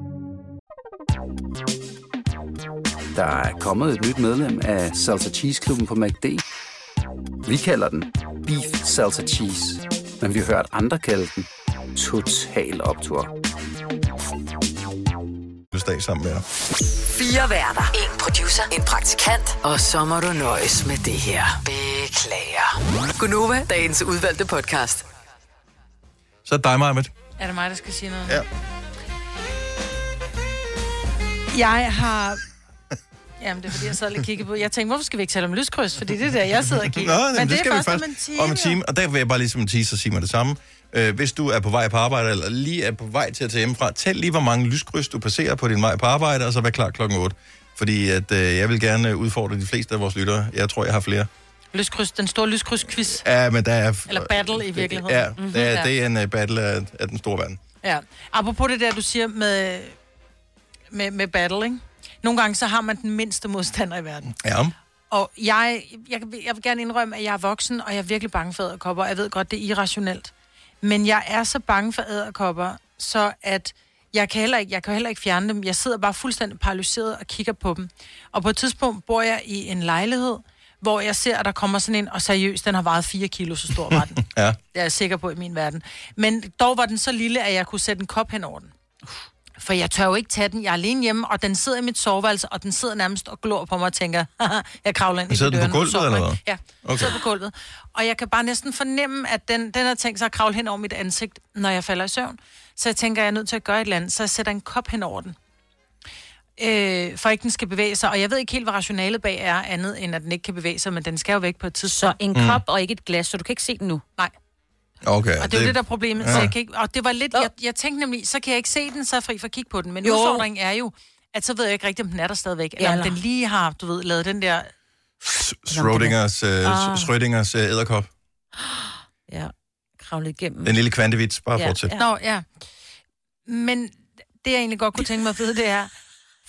S15: Der er kommet et nyt medlem af Salsa Cheese Klubben på MACD. Vi kalder den Beef Salsa Cheese, men vi har hørt andre kalde den Total Optor.
S1: fødselsdag sammen med dig.
S5: Fire værter. En producer. En praktikant. Og så må du nøjes med det her. Beklager. Gunova, dagens udvalgte podcast.
S1: Så er det dig, Marmit.
S3: Er det mig, der skal sige noget?
S1: Ja.
S3: Jeg har... Jamen, det er fordi, jeg sad lige og kiggede på... Jeg tænkte, hvorfor skal vi ikke tale om lyskryds? Fordi det er der, jeg sidder og kigger.
S1: Nå, men det, skal vi
S3: først
S1: først om en time. Og der vil jeg bare ligesom tease og sige mig det samme. Øh, hvis du er på vej på arbejde, eller lige er på vej til at tage hjemmefra, tæl lige, hvor mange lyskryds du passerer på din vej på arbejde, og så vær klar klokken 8. Fordi at, øh, jeg vil gerne udfordre de fleste af vores lyttere. Jeg tror, jeg har flere.
S3: Lyskryds, den store lyskryds-quiz.
S1: Ja, men der er...
S3: Eller battle i virkeligheden.
S1: Øh, Ja,
S3: Mhm,
S1: det er,
S3: ja.
S1: det er en øh, battle af, af den store verden.
S3: Ja. Apropos det der, du siger med, med, med battle, ikke? Nogle gange så har man den mindste modstander i verden.
S1: Ja.
S3: Og jeg, jeg, jeg vil gerne indrømme, at jeg er voksen, og jeg er virkelig bange for æderkopper. Jeg ved godt, det er irrationelt. Men jeg er så bange for æderkopper, så at jeg kan, heller ikke, jeg kan heller ikke fjerne dem. Jeg sidder bare fuldstændig paralyseret og kigger på dem. Og på et tidspunkt bor jeg i en lejlighed, hvor jeg ser, at der kommer sådan en, og seriøst, den har vejet 4 kilo, så stor var den.
S1: ja.
S3: Det er jeg sikker på i min verden. Men dog var den så lille, at jeg kunne sætte en kop hen over den. For jeg tør jo ikke tage den. Jeg er alene hjemme, og den sidder i mit soveværelse, og den sidder nærmest og glor på mig og tænker, "Haha, jeg kravler ind i
S1: Sidder
S3: dit
S1: den på
S3: øre, nu
S1: gulvet,
S3: sover
S1: eller
S3: jeg."
S1: hvad?
S3: Ja, okay.
S1: Okay.
S3: sidder på gulvet. Og jeg kan bare næsten fornemme, at den, den har tænkt sig at kravle hen over mit ansigt, når jeg falder i søvn. Så jeg tænker, at jeg er nødt til at gøre et eller andet, så jeg sætter en kop hen over den. Øh, for ikke den skal bevæge sig. Og jeg ved ikke helt, hvad rationalet bag er, andet end at den ikke kan bevæge sig, men den skal jo væk på et tidspunkt.
S4: Så en
S1: Mm.
S4: kop og ikke et glas, så du kan ikke se den nu.
S3: Nej.
S1: Okay.
S3: Og det er jo det, der er problemet. Ja. Så
S1: Ja.
S3: jeg kan ikke, og det var lidt, jeg, jeg tænkte nemlig, så kan jeg ikke se den, så er jeg fri for at kigge på den. Men
S4: Jo.
S3: udfordringen er jo, at så ved jeg ikke rigtigt, om den er der stadigvæk. Eller om
S4: Eller-
S3: den lige har, du ved, lavet den der...
S1: Schrödingers, øh,
S3: Ah.
S1: Schrödingers øh, æderkop.
S4: Ja, kravlet igennem.
S1: Den lille kvantevits. Bare
S3: ja,
S1: fortsæt.
S3: Ja. Nå, ja. Men det, jeg egentlig godt kunne tænke mig at vide, det er...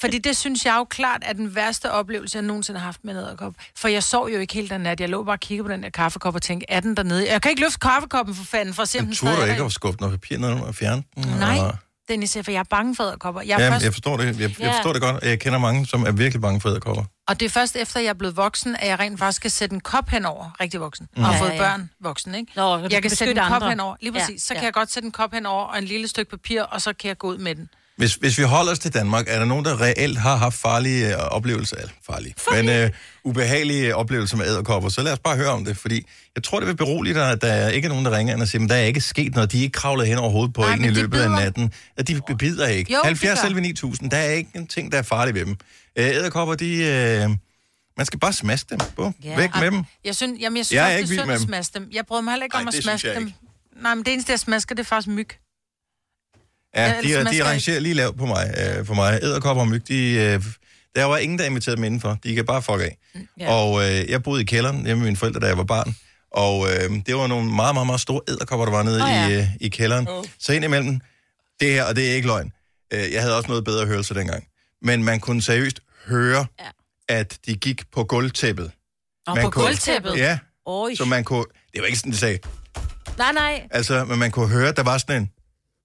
S3: Fordi det synes jeg jo klart er den værste oplevelse, jeg nogensinde har haft med en æderkop. For jeg sov jo ikke helt den nat. Jeg lå bare og kiggede på den der kaffekop og tænkte, er den dernede? Jeg kan ikke løfte kaffekoppen for fanden, for at se, om den
S1: Turde
S3: stadig
S1: du
S3: er
S1: ikke
S3: der.
S1: at skubbe noget papir ned og fjerne den?
S3: Nej,
S1: Og...
S3: Dennis, for jeg er bange for æderkopper. Jeg
S1: Jeg,
S3: er
S1: Jamen,
S3: først-
S1: jeg forstår det. Jeg,
S3: Ja.
S1: jeg forstår det godt. Jeg kender mange, som er virkelig bange for æderkopper.
S3: Og det er først efter, jeg er blevet voksen, at jeg rent faktisk skal sætte en kop henover, rigtig voksen, mm.
S1: Mm.
S3: og har
S1: Ja,
S3: fået
S1: ja, ja.
S3: børn voksen, ikke?
S4: Nå,
S3: jeg kan sætte en kop henover, lige præcis. Ja, så kan
S4: ja.
S3: jeg godt sætte en kop henover og en lille stykke papir, og så kan jeg gå ud med den.
S1: Hvis, hvis vi holder os til Danmark, er der nogen, der reelt har haft farlige øh, oplevelser? Eller farlige. Men øh, ubehagelige oplevelser med æderkopper. Så lad os bare høre om det, fordi jeg tror, det vil berolige dig, at der er ikke er nogen, der ringer ind og siger, men der er ikke sket noget. De er ikke kravlet hen over hovedet på
S3: Nej,
S1: en i
S3: men de
S1: løbet af
S3: bider.
S1: natten. Ja, de bebider ikke.
S3: Jo, de
S1: 70
S3: gør.
S1: selv 9000. Der er ikke en ting, der er farlig ved dem. Øh, Æderkopper, de... Øh, man skal bare smaske dem. Bum. Væk med
S3: Ej,
S1: dem.
S3: Jeg synes, jamen, jeg synes
S1: Jeg er
S3: jeg
S1: ikke
S3: det
S1: vild
S3: er synd
S1: med
S3: at
S1: dem.
S3: smaske dem. Jeg brød mig heller ikke
S1: Ej,
S3: om at
S1: det synes
S3: smaske
S1: jeg
S3: dem. Nej, men det eneste, jeg smasker, det er faktisk myg.
S1: Ja,
S3: ellers
S1: de, er-
S3: man skal
S1: de rangerer lige lavt på mig. Øh, for mig. Æderkopper og myg, de, øh, der var ingen, der inviterede dem indenfor. De kan bare fuck af.
S4: Ja.
S1: Ja. Og øh, jeg boede i kælderen hjemme med mine forældre, da jeg var barn. Og øh, det var nogle meget, meget, meget store æderkopper, der var nede
S4: Åh,
S1: oh, ja.
S4: ja.
S1: i, øh, i kælderen. Oh. Så indimellem, det her, og det er ikke løgn. Øh, jeg havde også noget bedre hørelse dengang. Men man kunne seriøst høre, ja. at de gik på gulvtæppet.
S4: Nå,
S1: Man
S4: på gulvtæppet?
S1: Ja.
S4: Oj.
S1: Så man kunne... Det var ikke sådan, de sagde.
S4: Nej, nej.
S1: Altså, men man kunne høre, at der var sådan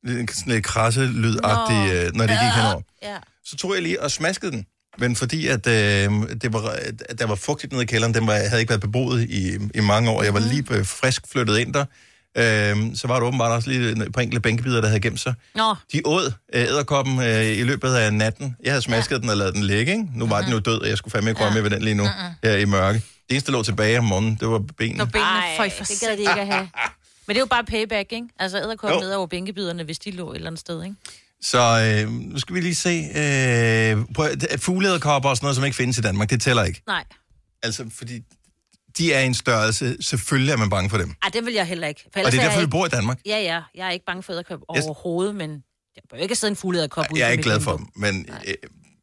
S1: en, en sådan lidt krasse lydagtig, øh, når det gik henover.
S4: Ja.
S1: Så tog jeg lige og smaskede den. Men fordi, at, øh, det var, at der var fugtigt nede i kælderen, den var, havde ikke været beboet i, i mange år, jeg var lige øh, frisk flyttet ind der, øh, så var der åbenbart også lige et par enkelte bænkebider, der havde gemt sig.
S4: Nå.
S1: De åd øh, æderkoppen øh, i løbet af natten. Jeg havde smasket ja. Mhm. den og lavet den ligge, ikke? Nu var den jo død, og jeg skulle fandme ikke røre med ved den lige nu, her i mørke. Det eneste, der lå tilbage om morgenen, det var benene.
S4: Ej,
S3: for i for
S4: det gad de ikke at have. Men det er jo bare payback, ikke? Altså, æderkoppen
S1: Jo.
S4: ned over bænkebiderne, hvis de lå et eller andet sted, ikke?
S1: Så øh, nu skal vi lige se. Øh, prøv, fuglederkopper og sådan noget, som ikke findes i Danmark, det tæller ikke.
S4: Nej.
S1: Altså, fordi de er i en størrelse. Selvfølgelig er man bange for dem.
S4: Ej, det vil jeg heller ikke. For
S1: Og det er
S4: ellers
S1: derfor,
S4: jeg
S1: vi bor i Danmark.
S4: Ja, ja. Jeg er ikke bange for æderkop
S1: Jeg-
S4: overhovedet, men jeg bør ikke sidde en fuld æderkop ude
S1: Jeg er
S4: på
S1: ikke
S4: mit
S1: glad for
S4: vindue.
S1: dem, men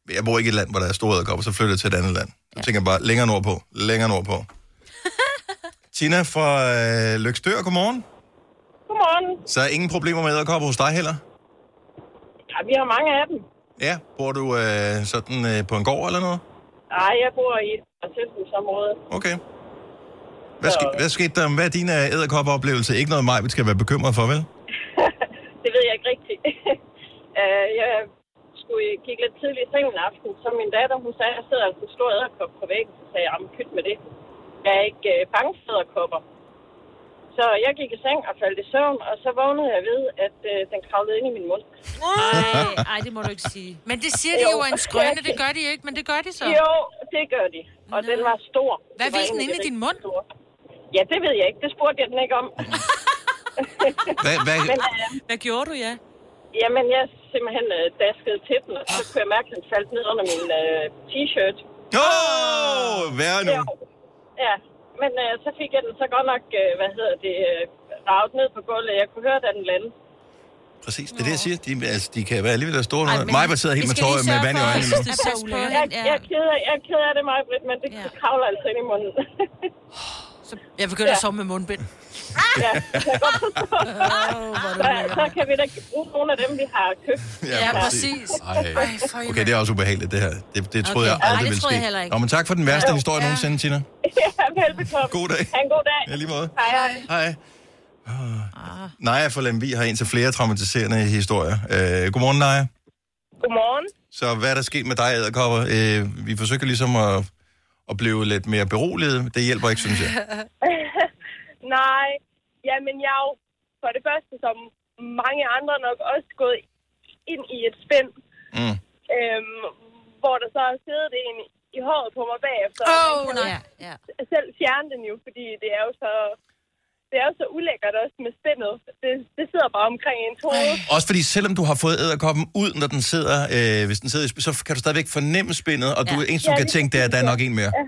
S1: øh, jeg bor ikke i et land, hvor der er store æderkopper, så flytter jeg til et andet land. Så tænker jeg bare, længere nordpå, længere nordpå. Tina fra øh, Lykstør, godmorgen.
S12: Godmorgen.
S1: Så er ingen problemer med æderkopper hos dig heller?
S12: Ja, vi har mange af dem.
S1: Ja, bor du øh, sådan øh, på en gård eller noget?
S12: Nej, jeg bor i et tilsynsområde.
S1: Okay. Hvad, ske, hvad skete der? Hvad er din øh, æderkoppeoplevelse? Ikke noget mig, vi skal være bekymret for, vel?
S12: Det ved jeg ikke rigtigt. Øh, jeg skulle kigge lidt tidligt i seng en aften, så min datter, hun sagde, jeg sidder altså en stor æderkop på væggen, så sagde jeg, jamen pyt med det. Jeg er ikke øh, bange for æderkopper. Så jeg gik i seng og faldt i søvn, og så vågnede jeg ved, at øh, den kravlede ind i min mund.
S4: Nej, ej, det må du ikke sige.
S3: Men det siger de jo er en skrøne, det gør de ikke, men det gør de så.
S12: Jo, det gør de. Og den var stor.
S3: Hvad
S12: Det var
S3: ville den
S12: en af
S3: inde i
S12: de
S3: din
S12: rigtig
S3: mund?
S12: store. Ja, det ved jeg ikke. Det spurgte jeg den ikke om.
S1: Hvad, hvad,
S12: hvad gjorde du, ja? Jamen, jeg simpelthen øh, daskede til den, og så
S3: Ah.
S12: kunne jeg mærke, at den faldt ned under min øh, t-shirt.
S1: Åh, oh, værre nu.
S12: Ja, men øh, så fik jeg den så godt nok, øh, hvad hedder det, øh, ravet ned på gulvet. Jeg kunne høre, da den landede.
S1: Præcis, det er det, jeg siger. De, altså, de kan være alligevel store. Ej, men, mig var sidder helt med, tøj, med vand i øjnene nu.
S12: Jeg, jeg, jeg, er ked af, jeg er ked af det, Maja Britt, men det ja. kravler altså ind i munden. så
S3: Jeg begynder ja. at sove med mundbind.
S12: ja, jeg kan godt forstå. så, så kan vi da bruge nogle af dem, vi har købt.
S3: Ja, præcis.
S1: Ej. Okay, det er også ubehageligt, det her. Det, det troede
S12: Okay.
S1: jeg aldrig
S12: Ej, det
S1: ville
S12: troede
S1: ske.
S12: jeg heller ikke.
S1: Nå, men tak for den værste
S12: Ja.
S1: historie
S12: Ja.
S1: nogensinde, Tina.
S12: ja, velbekomme.
S1: God dag.
S12: Ha' en god dag.
S1: Ja, lige måde.
S12: Hej, hej.
S1: Hej. Naja fra Lemvi har en til flere traumatiserende historier. Øh, godmorgen, Naja.
S16: Godmorgen.
S1: Så hvad er der sket med dig, æderkopper? Øh, vi forsøger ligesom at, at blive lidt mere beroliget. Det hjælper ikke, synes jeg.
S16: Nej, jamen jeg er jo for det første, som mange andre nok også gået ind i et spænd,
S1: Mm.
S16: øhm, hvor der så har siddet en i håret på mig bagefter.
S3: Åh,
S16: Man kan
S3: nej.
S16: jo Selv fjerne den jo, fordi det er jo så... Det er jo så ulækkert også med spændet. Det, det sidder bare omkring ens hoved.
S1: Også fordi selvom du har fået æderkoppen ud, når den sidder, øh, hvis den sidder, i sp- så kan du stadigvæk fornemme spændet, og du ja. eneste, du
S16: Ja,
S1: kan
S16: lige
S1: tænke, det er, at der er nok en mere.
S16: Ja.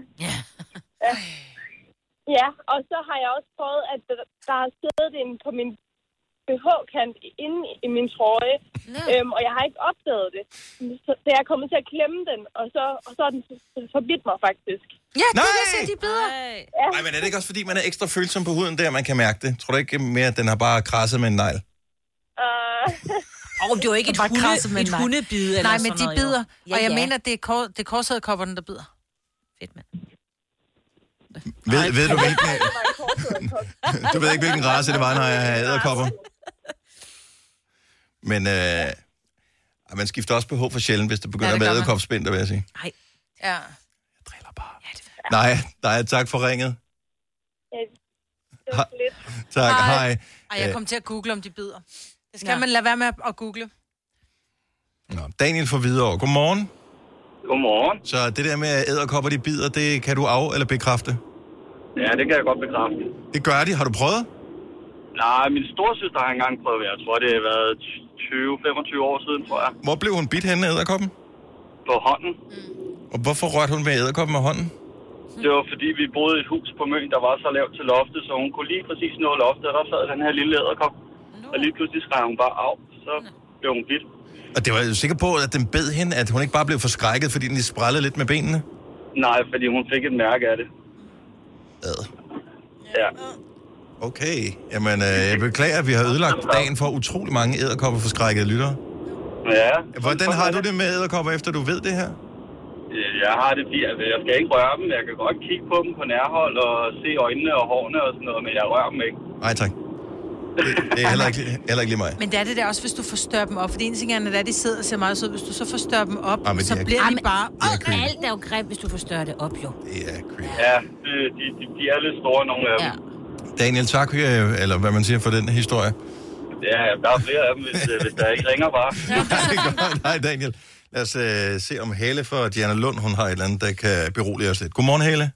S16: Ja. ja, og så har jeg også prøvet, at der- der har siddet en på min BH-kant inde i min trøje, øhm, og jeg har ikke opdaget det. Så, så jeg er kommet til at klemme den, og så, og så er den f- forbidt mig faktisk.
S3: Ja,
S1: det er Nej!
S3: så, de bidder.
S16: Ja.
S1: Nej, men er det ikke også, fordi man er ekstra følsom på huden der, man kan mærke det? Tror du ikke mere, at den har bare krasset med en negl?
S3: Åh, oh, det var ikke et,
S4: Bare krasse
S3: hunde,
S4: med
S3: et
S4: en vej.
S3: hundebid eller
S4: Nej,
S3: sådan
S4: men de
S3: noget, jo.
S4: bider.
S3: Ja,
S4: Og jeg
S3: ja.
S4: mener,
S3: det er, kor- det er korsæderkopperne, der bider.
S1: Ved, ved du hvilken... du ved ikke, hvilken race det var, når jeg havde æderkopper. Men øh, ej, man skifter også behov for sjældent, hvis det begynder ja,
S3: Ja, det
S1: det at være
S3: gør man.
S1: æderkopspinter, vil jeg sige.
S3: Nej. Ja.
S1: Nej, nej, tak for ringet.
S16: Ja,
S3: det
S1: var
S16: lidt.
S1: Tak, hej.
S3: Ej, jeg kom til at google, om de bider. Det skal ja. man lade være med at google.
S1: Nå, Daniel fra Hvidovre, godmorgen.
S17: Godmorgen.
S1: Så det der med, at æderkopper de bider, det kan du af- eller bekræfte?
S17: Ja, det kan jeg godt bekræfte.
S1: Det gør de. Har du prøvet?
S17: Nej, min storsøster har engang prøvet, jeg tror, det har været 20-25 år siden, tror jeg,
S1: Hvor blev hun bidt henne af æderkoppen?
S17: på hånden.
S1: Og hvorfor rørte hun med æderkoppen med hånden?
S17: Det var fordi, vi boede i et hus på Møn, der var så lavt til loftet, så hun kunne lige præcis nå loftet, og der sad den her lille æderkop. Og lige pludselig skreg hun bare af, så blev hun bidt.
S1: Og det var jeg jo sikker på, at den bed hende, at hun ikke bare blev forskrækket, fordi den lige sprællede lidt med benene.
S17: Nej, fordi hun fik et mærke af det. Ja.
S1: Okay, jamen øh, jeg beklager, at vi har ødelagt dagen for utrolig mange æderkopper forskrækkede lyttere.
S17: Ja.
S1: Hvordan har du det med æderkopper, efter du ved det her?
S17: Øh, Jeg har det fint. Altså, jeg skal ikke røre dem. Jeg kan godt kigge på dem på nærhold og se øjnene og hårene og sådan noget, men jeg rører dem ikke.
S1: Nej, tak. Det, det er heller ikke, heller ikke lige mig.
S3: Men det er det der også, hvis du forstørrer dem op. For det ene ting er, at de sidder og ser meget søde. Hvis du så forstørrer dem op,
S1: Ej, Ah, men
S3: så
S1: det er-
S3: bliver
S4: Ej,
S3: de
S4: men-
S3: bare...
S4: Åh, oh, alt er jo grimt, hvis du forstørrer det op, jo.
S1: Ja,
S17: Ja, de, de, de, de er lidt store, nogle af dem.
S1: Daniel, tak, øh, eller hvad man siger for den historie.
S17: Ja, ja der er flere af dem, hvis, øh, hvis der ikke ringer bare.
S1: Nej, Daniel. Lad os øh, se om Helle fra Diana Lund, hun har et eller andet, der kan berolige os lidt. Godmorgen, Helle.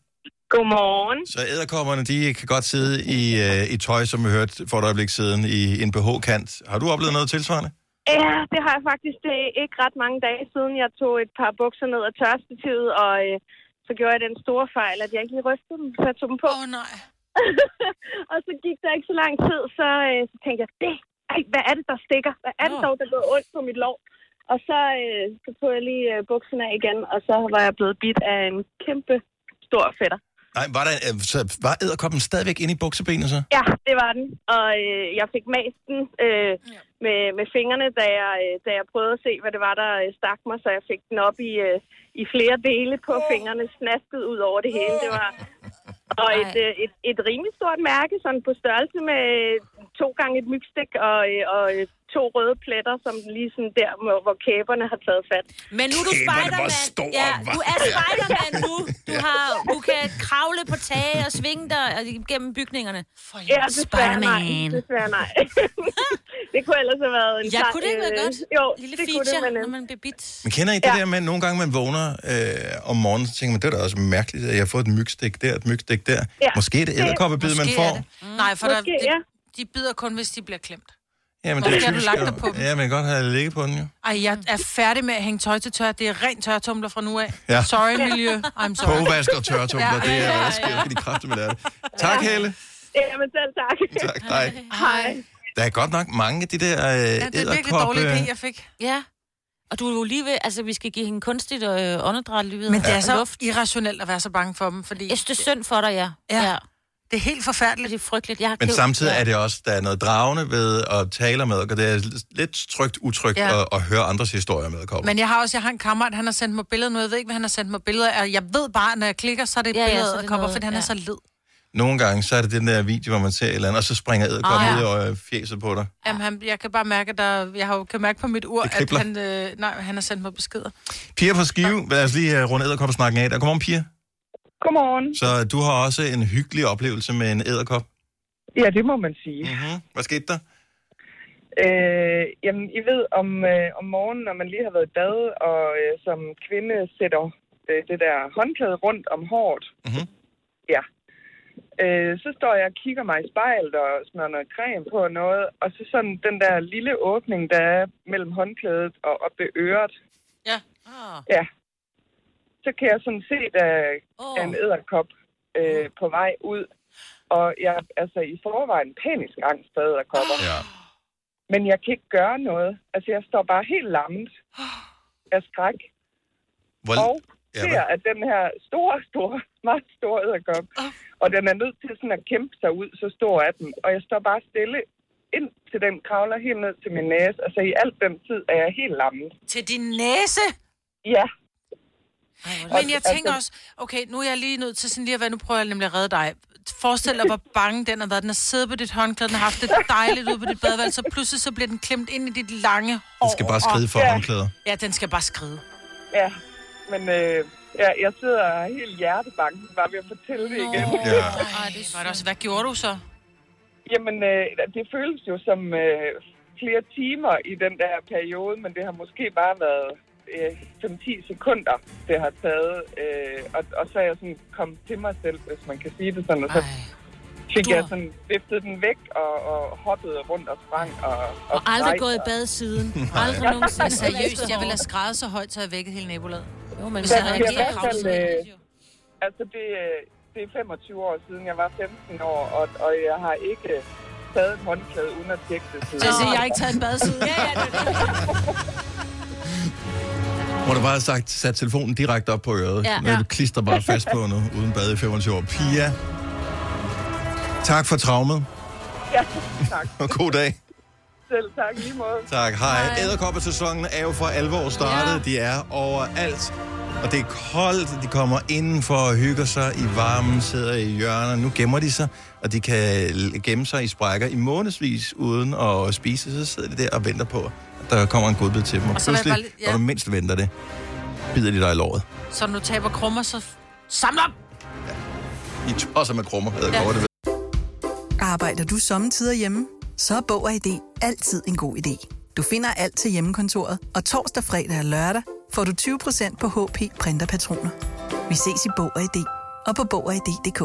S16: Godmorgen.
S1: Så æderkopperne, de kan godt sidde i, øh, i tøj, som vi hørte for et øjeblik siden, i en BH-kant. Har du oplevet noget tilsvarende?
S16: Ja, det har jeg faktisk. Det er ikke ret mange dage siden, jeg tog et par bukser ned af tørstativet, og øh, så gjorde jeg den store fejl, at jeg ikke lige rystede dem, så jeg tog dem på. Åh
S3: oh, nej.
S16: og så gik der ikke så lang tid, så, øh, så tænkte jeg, det, ej, hvad er det, der stikker? Hvad er det dog, der går ondt på mit lov? Og så, øh, så tog jeg lige øh, bukserne af igen, og så var jeg blevet bidt af en kæmpe stor fætter.
S1: Nej, var, der, øh, så var æderkoppen stadigvæk inde i buksebenet så?
S16: Ja, det var den. Og øh, jeg fik mast den øh, med, med fingrene, da jeg, øh, da jeg prøvede at se, hvad det var, der øh, stak mig. Så jeg fik den op i, øh, i flere dele på fingrene, snasket ud over det hele. Det var og et, øh, et, et rimelig stort mærke, sådan på størrelse med øh, to gange et mygstik og, øh, og øh, to røde pletter, som lige sådan der, hvor, hvor kæberne har taget fat.
S4: Men nu er du
S16: Kæberne, hvor
S4: Spider-Man.
S16: stor
S4: Ja,
S16: var
S4: du er
S16: den?
S4: Spider-Man nu. Du, har, du kan kravle på tage og svinge dig øh, gennem bygningerne. For
S16: Ja, desværre nej. Desværre nej. Det kunne ellers have været en
S4: Ja,
S16: sang,
S4: kunne det ikke være
S16: øh,
S4: godt?
S16: Jo,
S4: Lille
S16: det kunne det,
S4: feature,
S16: men, øh,
S4: når man bliver bidt.
S1: Men kender I det ja. der med, at nogle gange man vågner øh, om morgenen, så tænker man, det er da også mærkeligt, at jeg har fået et mygstik der, et mygstik der. Ja. Måske er det æderkoppebid, man
S3: Måske er
S1: får.
S3: det. Nej, for der,
S16: Måske,
S3: de, de bider kun, hvis de bliver klemt.
S1: Ja, men
S3: Måske
S1: det
S3: har du
S1: typisk,
S3: lagt
S1: jo-
S3: dig på dem.
S1: Ja, men jeg kan godt have ligget på den jo.
S3: Ej, jeg er færdig med at hænge tøj til tør. Det er rent tørretumbler fra nu af.
S1: Ja.
S3: Ja. Sorry, miljø. I'm sorry.
S1: Kogevask og tørretumbler, det er også skal de kræfte med det. Tak, Helle.
S16: Ja, men selv tak.
S1: Tak, hej.
S3: Hej.
S1: Der er godt nok mange af de der øh,
S4: Ja, det er virkelig
S1: edderkoppe-
S4: dårlig idé, jeg fik. Ja. Og du er jo lige ved, altså vi skal give hende kunstigt øh, åndedræt lige
S3: Men det er så irrationelt at være så bange for dem, fordi...
S4: Jeg synes, det er synd for dig, ja.
S3: Ja. Det er helt forfærdeligt.
S4: Det er frygteligt. Jeg har
S1: Men
S4: kævet-
S1: samtidig er det også, der er noget dragende ved at tale med, og det er lidt trygt, utrygt
S3: Ja.
S1: ja. at, at, høre andres historier med kopper.
S3: Men jeg har også, jeg har en kammerat, han har sendt mig billeder nu, jeg ved ikke, hvad han har sendt mig billeder af. Jeg ved bare, når jeg klikker, så er det et
S4: Ja,
S3: ja,
S4: ja,
S3: billede
S4: så er
S3: af
S4: det
S3: kommer,
S4: noget,
S3: fordi han
S4: ja.
S3: er så led.
S1: Nogle gange, så er det den der video, hvor man ser et eller andet, og så springer æderkoppen
S3: Ah,
S1: ah,
S3: ja.
S1: ja. ud over fjeset på dig.
S3: Jamen, han, jeg kan bare mærke, der, jeg har, jo- kan mærke på mit ur,
S1: Det
S3: at
S1: kribler.
S3: han, øh, nej, han har sendt mig beskeder.
S1: Pia fra Skive, lad os lige øh, runde æderkoppesnakken af. Der kommer Pia.
S18: Godmorgen.
S1: Så du har også en hyggelig oplevelse med en æderkop.
S18: Ja, det må man sige.
S1: Mm-hmm. Hvad skete der?
S18: Øh, jamen, I ved, om, øh, om morgenen, når man lige har været i bad, og øh, som kvinde sætter øh, det der håndklæde rundt om håret.
S1: Mm-hmm.
S18: Ja. Øh, så står jeg og kigger mig i spejlet og smører noget creme på og noget, og så sådan den der lille åbning, der er mellem håndklædet og op ved øret.
S3: Ja. Ah.
S18: Ja. Så kan jeg sådan se, at der oh. er en æderkop øh, på vej ud. Og jeg er altså i forvejen panisk angst for æderkopper.
S1: Ja.
S3: Ah.
S18: Men jeg kan ikke gøre noget. Altså, jeg står bare helt lammet af skræk.
S1: Hvor...
S18: Og
S1: Ja,
S18: ser, at den her store, store, meget store æderkop, og den er nødt til sådan at kæmpe sig ud, så stor er den. Og jeg står bare stille ind til den kravler helt ned til min næse. Altså, i alt den tid er jeg helt lammet.
S3: Til din næse?
S18: Ja.
S3: Men jeg tænker også, okay, nu er jeg lige nødt til sådan lige at være, nu prøver jeg nemlig at redde dig. Forestil dig, hvor bange den har været. Den har siddet på dit håndklæde, den har haft det dejligt ude på dit badeværelse, så pludselig så bliver den klemt ind i dit lange hår.
S1: Den skal bare skride for
S3: Ja.
S1: håndklæder.
S3: Ja, den skal bare skride.
S18: Ja, men øh, ja, jeg sidder helt hjertebanken bare ved at fortælle det igen.
S1: Ja.
S3: Ej, det var det også. Hvad gjorde du så?
S18: Jamen, øh, det føles jo som øh, flere timer i den der periode, men det har måske bare været øh, 5-10 sekunder, det har taget. Øh, og, og så er jeg sådan kommet til mig selv, hvis man kan sige det sådan. Og så fik
S4: Du
S18: jeg
S4: har-
S18: sådan viftet den væk og, og hoppede rundt og sprang. Og, og,
S4: Og aldrig
S18: skreg
S4: gået i
S18: og-
S4: bad siden.
S18: Nej.
S4: Aldrig nogensinde.
S18: Altså,
S3: Seriøst, jeg ville have skrevet så højt, så jeg vækkede hele nabolaget.
S4: Jo,
S18: Men
S4: men
S18: så jeg i hvert fald, øh, altså det, øh, det er 25 år siden, jeg var 15 år, og, og jeg har ikke øh, taget et håndklæde uden at tjekke det. siden.
S3: Altså, jeg har ikke taget en bad siden. Ja, ja,
S1: Må du bare have sagt, sat telefonen direkte op på øret.
S3: Ja.
S1: Ja. Du klister bare fast på nu, uden bad i 25 år. Pia, tak for traumet,
S18: Ja, tak.
S1: og god dag.
S18: Selv tak lige måde.
S1: Tak, hej. Æderkoppesæsonen er jo for alvor startet. Ja. De er overalt. Og det er koldt, de kommer indenfor og hygger sig i varmen, sidder i hjørner. Nu gemmer de sig, og de kan l- gemme sig i sprækker i månedsvis uden at spise. Så sidder de der og venter på, at der kommer en godbid til dem. Og,
S3: Og så vil jeg
S1: pludselig,
S3: bare lige-
S1: når
S3: ja.
S1: du mindst venter det, bider de dig i låret.
S3: Så når du taber krummer, så f- saml op!
S1: I tosser med krummer, æderkopper, det ved
S9: Arbejder du sommetider hjemme? Så er Bog og ID altid en god idé. Du finder alt til hjemmekontoret, og torsdag, fredag og lørdag får du 20% på HP Printerpatroner. Vi ses i Bog og ID og på Bog og ID.dk.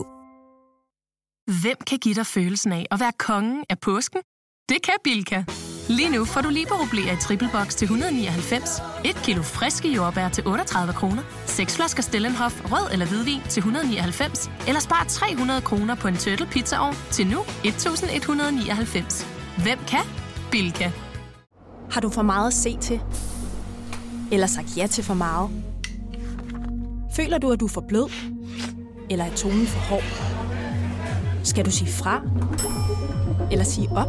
S14: Hvem kan give dig følelsen af at være kongen af påsken? Det kan Bilka! Lige nu får du liberobleer i triple box til 199, et kilo friske jordbær til 38 kroner, seks flasker Stellenhof rød eller hvidvin til 199, eller spar 300 kroner på en turtle pizzaovn til nu 1199. Hvem kan? Bilka.
S19: Har du for meget at se til? Eller sagt ja til for meget? Føler du, at du er for blød? Eller er tonen for hård? Skal du sige fra? Eller sige op?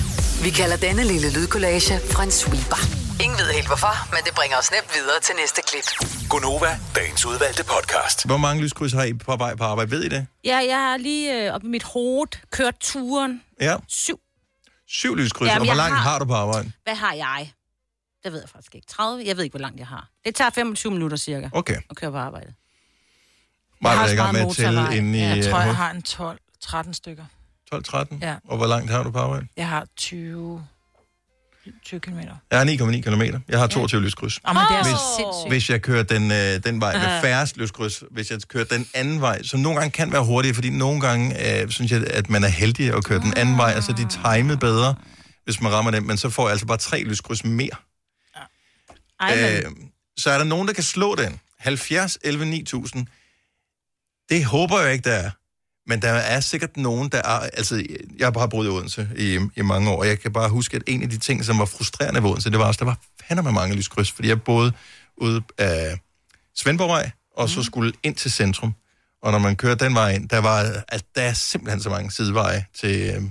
S5: Vi kalder denne lille lydkollage Frans sweeper. Ingen ved helt hvorfor, men det bringer os nemt videre til næste klip.
S6: Gonova, dagens udvalgte podcast.
S1: Hvor mange lyskryds har I på vej på arbejde? Ved I det?
S4: Ja, jeg har lige øh, op i mit hoved kørt turen.
S1: Ja.
S4: Syv.
S1: Syv lyskryds,
S4: Jamen,
S1: og hvor
S4: jeg
S1: langt har...
S4: har-
S1: har du på arbejde?
S4: Hvad har jeg? Det ved jeg faktisk ikke. 30? Jeg ved ikke, hvor langt jeg har. Det tager 25 minutter cirka
S1: Okay.
S4: at køre på arbejde.
S1: Maja,
S4: har
S1: er
S4: også
S1: i gang
S4: meget
S1: med at tælle
S4: motorvej.
S1: inde i...
S3: Ja, jeg tror,
S1: øh,
S3: jeg har en 12-13 stykker.
S1: 12-13?
S3: Ja.
S1: Og hvor langt har du på arbejde?
S3: Jeg har 20, 20 kilometer.
S1: Jeg har 9,9 km. Jeg har 22 ja. lyskryds.
S3: Åh, men det er så
S1: hvis,
S3: sindssygt.
S1: hvis jeg kører den, øh, den vej med
S3: Ja.
S1: færrest lyskryds, hvis jeg kører den anden vej, som nogle gange kan være hurtigere, fordi nogle gange øh, synes jeg, at man er heldig at køre den anden vej, altså de er timet bedre, hvis man rammer den, men så får jeg altså bare tre lyskryds mere.
S4: Ej, men-
S1: Øh, så er der nogen, der kan slå den. 70, 11, 9000. Det håber jeg ikke, der er. Men der er sikkert nogen, der er... Altså, jeg har bare boet i Odense i, i mange år, og jeg kan bare huske, at en af de ting, som var frustrerende ved Odense, det var også, der var fandme mange lyskryds, fordi jeg boede ude af Svendborgvej, og
S4: Mhm.
S1: så skulle ind til centrum. Og når man kører den vej ind, der, var, at der er simpelthen så mange sideveje, til, øh,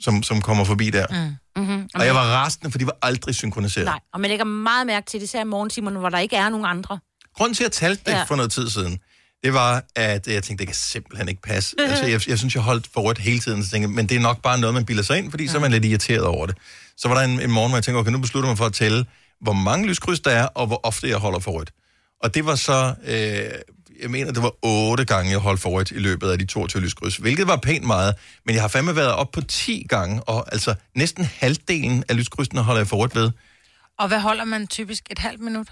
S1: som, som kommer forbi der. Mm.
S4: Mm-hmm.
S1: Og jeg var rasende, for de var aldrig synkroniseret.
S4: Nej, og man lægger meget mærke til det, især i morgentimerne, hvor der ikke er nogen andre.
S1: Grunden til, at jeg talte det
S4: Ja.
S1: ja. for noget tid siden, det var, at jeg tænkte, det kan simpelthen ikke passe. Altså, jeg, jeg synes, jeg holdt for rødt hele tiden, så tænkte, jeg, men det er nok bare noget, man bilder sig ind, fordi ja. så er man lidt irriteret over det. Så var der en, en morgen, hvor jeg tænkte, okay, nu beslutter man for at tælle, hvor mange lyskryds der er, og hvor ofte jeg holder for rødt. Og det var så, øh, jeg mener, det var otte gange, jeg holdt for rødt i løbet af de 22 lyskryds, hvilket var pænt meget, men jeg har fandme været op på 10 gange, og altså næsten halvdelen af lyskrydsene holder jeg for rødt ved.
S3: Og hvad holder man typisk? Et halvt minut?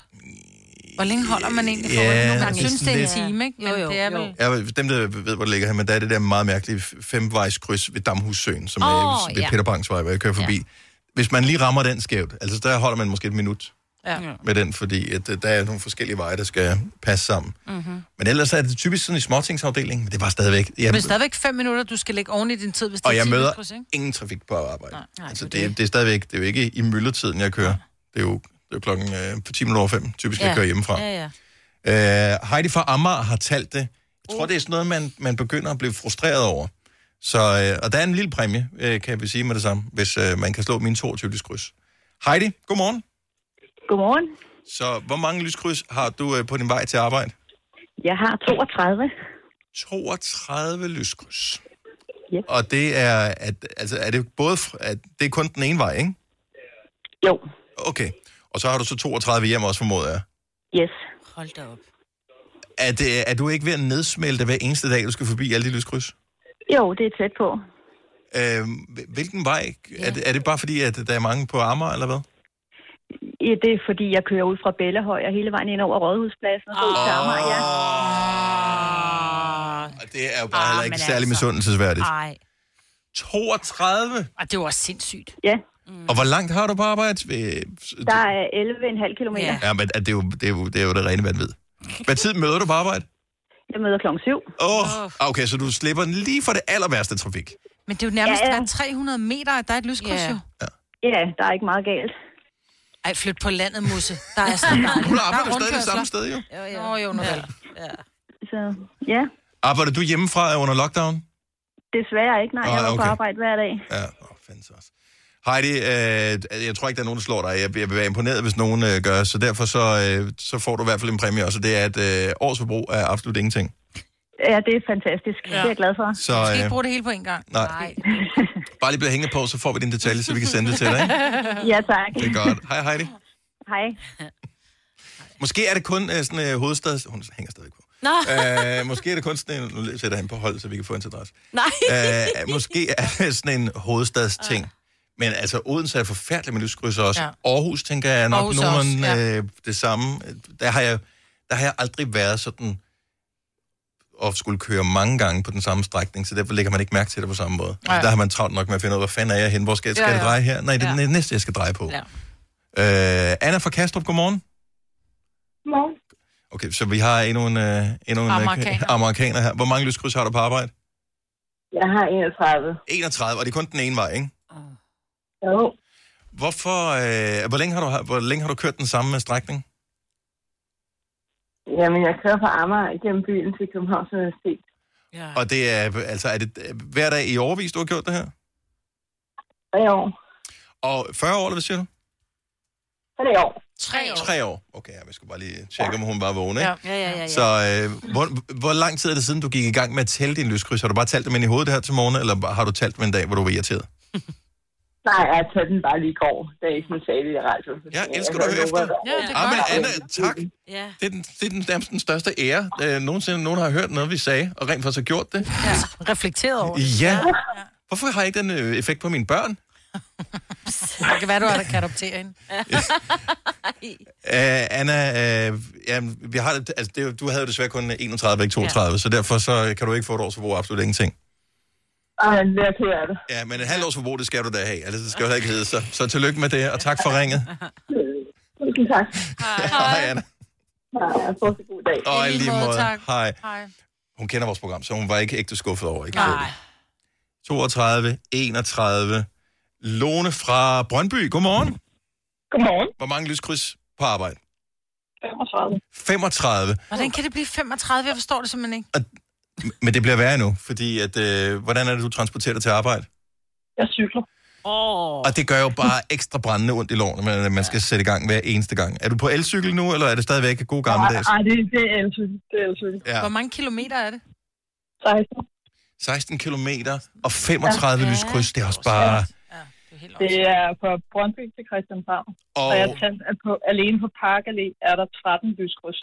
S3: Hvor længe holder man egentlig for?
S1: Mm, Ja,
S3: Yeah, Nogle gange
S1: det er
S3: synes, det
S1: sådan
S3: er en
S1: lidt-
S3: time, ikke? Men jo, jo, det er vel...
S1: Ja, dem, der ved, hvor det ligger her, men der er det der meget mærkelige femvejskryds ved Damhussøen, som oh, er
S3: Åh,
S1: ved
S3: ja.
S1: ja. Peter Bangs vej, hvor jeg kører forbi.
S3: Ja.
S1: Ja. Hvis man lige rammer den skævt, altså der holder man måske et minut
S3: Ja.
S1: med den, fordi at, øh, der er nogle forskellige veje, der skal passe sammen.
S3: Mm-hmm.
S1: Men ellers er det typisk sådan i småtingsafdelingen, men det var stadigvæk...
S3: Ja,
S1: Jeg,
S3: men stadigvæk fem minutter, du skal lægge oven i din tid, hvis det
S1: og
S3: er
S1: jeg
S3: 10
S1: møder
S3: minutter, ikke?
S1: ingen trafik på arbejde.
S3: Nej, nej,
S1: altså det, det er stadigvæk, det er jo ikke i myldretiden, jeg kører. Det er jo, det er jo klokken øh, 10 minutter over 5, typisk ja. jeg kører hjemmefra.
S4: Ja, ja.
S1: Uh, Heidi fra Amager har talt det. Jeg tror,
S20: Uh.
S1: det er sådan noget, man, man begynder at blive frustreret over. Så, uh, og der er en lille præmie, uh, kan jeg vil sige med det samme, hvis uh, man kan slå mine 22 lyskryds. Heidi, godmorgen.
S20: Godmorgen.
S1: Så hvor mange lyskryds har du uh, på din vej til arbejde?
S20: Jeg har 32.
S1: 32 lyskryds. Yep. Og det er, at, altså, er det både, fr- at det er kun den ene vej, ikke?
S20: Jo.
S1: Okay. Og så har du så 32 hjem også, formoder jeg.
S20: Yes.
S4: Hold da op.
S1: Er, det, er du ikke ved at nedsmelte hver eneste dag, du skal forbi alle de lyskryds?
S20: Jo, det er tæt på.
S1: Øh, hvilken vej? Ja. Er, det, er det bare fordi, at der er mange på Amager, eller hvad?
S20: Ja, det er fordi, jeg kører ud fra Bellehøj og hele vejen ind over Rådhuspladsen og så ud til Amager, ja.
S1: Og det er jo bare ah, heller ikke særlig altså. misundelsesværdigt. Ah.
S4: Nej.
S1: 32?
S3: Og det var sindssygt.
S20: Ja,
S1: Og hvor langt har du på arbejde? Ved-
S20: der er 11,5 km. Ja.
S1: Ja, men at det er jo det, er jo, det, er jo det rene vanvid. Hvad tid møder du på arbejde?
S20: Jeg møder klokken 7.
S1: Åh, oh, okay, så du slipper den lige for det aller værste trafik.
S3: Men det er jo nærmest
S20: Ja,
S3: ja,
S20: ja.
S3: ja. hver 300 meter, at der er et lyskryds
S20: Ja.
S3: jo.
S20: Ja, der er ikke meget galt.
S3: Ej, flyt på landet, Musse. Der er sådan dejligt.
S1: Hun
S3: Der er
S1: arbejder stadig det
S3: rundkørsler.
S1: samme sted, jo.
S3: Jo, jo. Nå, jo, nu vel.
S20: Så ja,
S1: Arbejder du hjemmefra under lockdown?
S20: desværre ikke. Nej,
S1: Ah,
S20: jeg er på
S1: okay.
S20: arbejde hver dag.
S1: Ja, åh, fandens også. Heidi, øh, jeg tror ikke, der er nogen, der slår dig. Jeg, jeg vil være imponeret, hvis nogen øh, gør, så derfor så, øh, så får du i hvert fald en præmie også. og Det er et øh, års forbrug af absolut ingenting.
S20: Ja, det er fantastisk. Ja. Det er jeg glad for.
S1: Så, Du skal ikke øh,
S3: bruge det hele på en gang.
S1: nej. Nej. Bare lige blive hængende på, så får vi din detalje, så vi kan sende det til dig. ikke?
S20: ja, tak.
S1: Det er godt. Hej Heidi.
S20: Hej.
S1: Måske er det kun øh, sådan øh, hovedstads... Hun hænger stadig på.
S4: Nå.
S1: Øh, måske er det kun sådan en... Nu sætter jeg hende på hold, så vi kan få en adresse.
S4: Nej.
S1: Øh, måske er det sådan en hovedstadsting. Men altså, Odense er forfærdelig med lyskrydser også.
S4: Ja.
S1: Ja. Aarhus, tænker jeg, er nok
S4: Aarhus
S1: Aarhus
S4: også,
S1: nogenlunde
S4: ja.
S1: øh, det samme. Der har, jeg, der har jeg aldrig været sådan og skulle køre mange gange på den samme strækning, så derfor lægger man ikke mærke til det på samme måde.
S4: Nej.
S1: Altså, der har man travlt nok med at finde ud af, hvor fanden er jeg henne? Hvor skal jeg, skal
S4: Ja,
S1: ja,
S4: ja.
S1: ja. jeg dreje her? Nej, det er
S4: Ja.
S1: ja. den næste, jeg skal dreje på.
S4: Ja.
S1: Øh, Anna fra Kastrup, godmorgen.
S21: Godmorgen.
S1: Okay, så vi har endnu en, øh, endnu en øh,
S21: Amerikaner.
S1: amerikaner her. Hvor mange lyskryds har du på arbejde?
S21: Jeg har 31.
S1: 31, og det er kun den ene vej, ikke?
S21: Jo,
S1: Hvorfor, øh, hvor, længe har du, hvor længe har du kørt den samme strækning?
S21: jamen jeg kører fra Amager igennem byen til Københavns Universitet.
S1: Ja. Og det er, øh, altså, er det øh, hver dag i overvis, du har gjort det her?
S21: Tre år.
S1: Og 40 år, eller hvad siger du?
S12: Tre år.
S3: Tre år.
S1: Tre år. Okay, ja, vi skulle bare lige tjekke, om hun var vågen, ikke?
S12: Ja. Ja, ja, ja, ja.
S1: Så øh, hvor, hvor lang tid er det siden, du gik i gang med at tælle din lyskryds? Har du bare talt dem ind i hovedet her til morgen, eller har du talt dem en dag, hvor du var irriteret?
S12: Nej, jeg tager den bare lige i går, da I sådan sagde det i radioen.
S1: Jeg elsker, du hører efter.
S12: Ja, det
S1: Ah, men Anna, tak. Det er, den, det er den, nærmest den største ære, øh, nogensinde nogen har hørt noget, vi sagde, og rent faktisk har gjort det.
S3: Ja. Reflekteret over det.
S1: Ja. Hvorfor har jeg ikke den øh, effekt på mine børn?
S3: Det kan være, du har der kan adoptere hende.
S1: Uh, Anna, uh, ja, vi har, det- altså, det, du havde jo desværre kun 31, ikke 32, ja. så derfor så kan du ikke få et års forbrug af absolut ingenting.
S12: Ej, det er jeg ked af det.
S1: Ja, men et halvt års forbrug, det skal du da have. Altså, det skal jo heller ikke hedde sig. Så tillykke med det, og tak for ringet.
S12: Tusind tak.
S1: Hej, Anna.
S12: Ja, få en god dag.
S1: Og i lige måde, tak. Hej.
S3: Hej.
S1: Hun kender vores program, så hun var ikke ægte skuffet over. Ikke?
S3: Nej.
S1: 32, 31. Lone fra Brøndby, godmorgen.
S12: Godmorgen.
S1: Hvor mange lyskryds på arbejde?
S12: 35.
S1: 35.
S3: Hvordan kan det blive 35? Jeg forstår det simpelthen ikke.
S1: Men det bliver værre nu, fordi at, øh, hvordan er det, du transporterer dig til arbejde?
S12: Jeg cykler.
S3: Åh.
S1: Og det gør jo bare ekstra brændende ondt i lårene, men man skal sætte i gang hver eneste gang. Er du på elcykel nu, eller er det stadigvæk god gammeldags?
S12: Nej, det, det er elcykel. Det er elcykel.
S1: Ja.
S3: Hvor mange kilometer er det?
S12: 16.
S1: 16 kilometer og 35 lyskryds, det er også bare...
S12: Det er på Brøndby til Christianshavn.
S1: Og-
S12: Og jeg talte, at på, alene på Park Allé er der 13 lyskryds.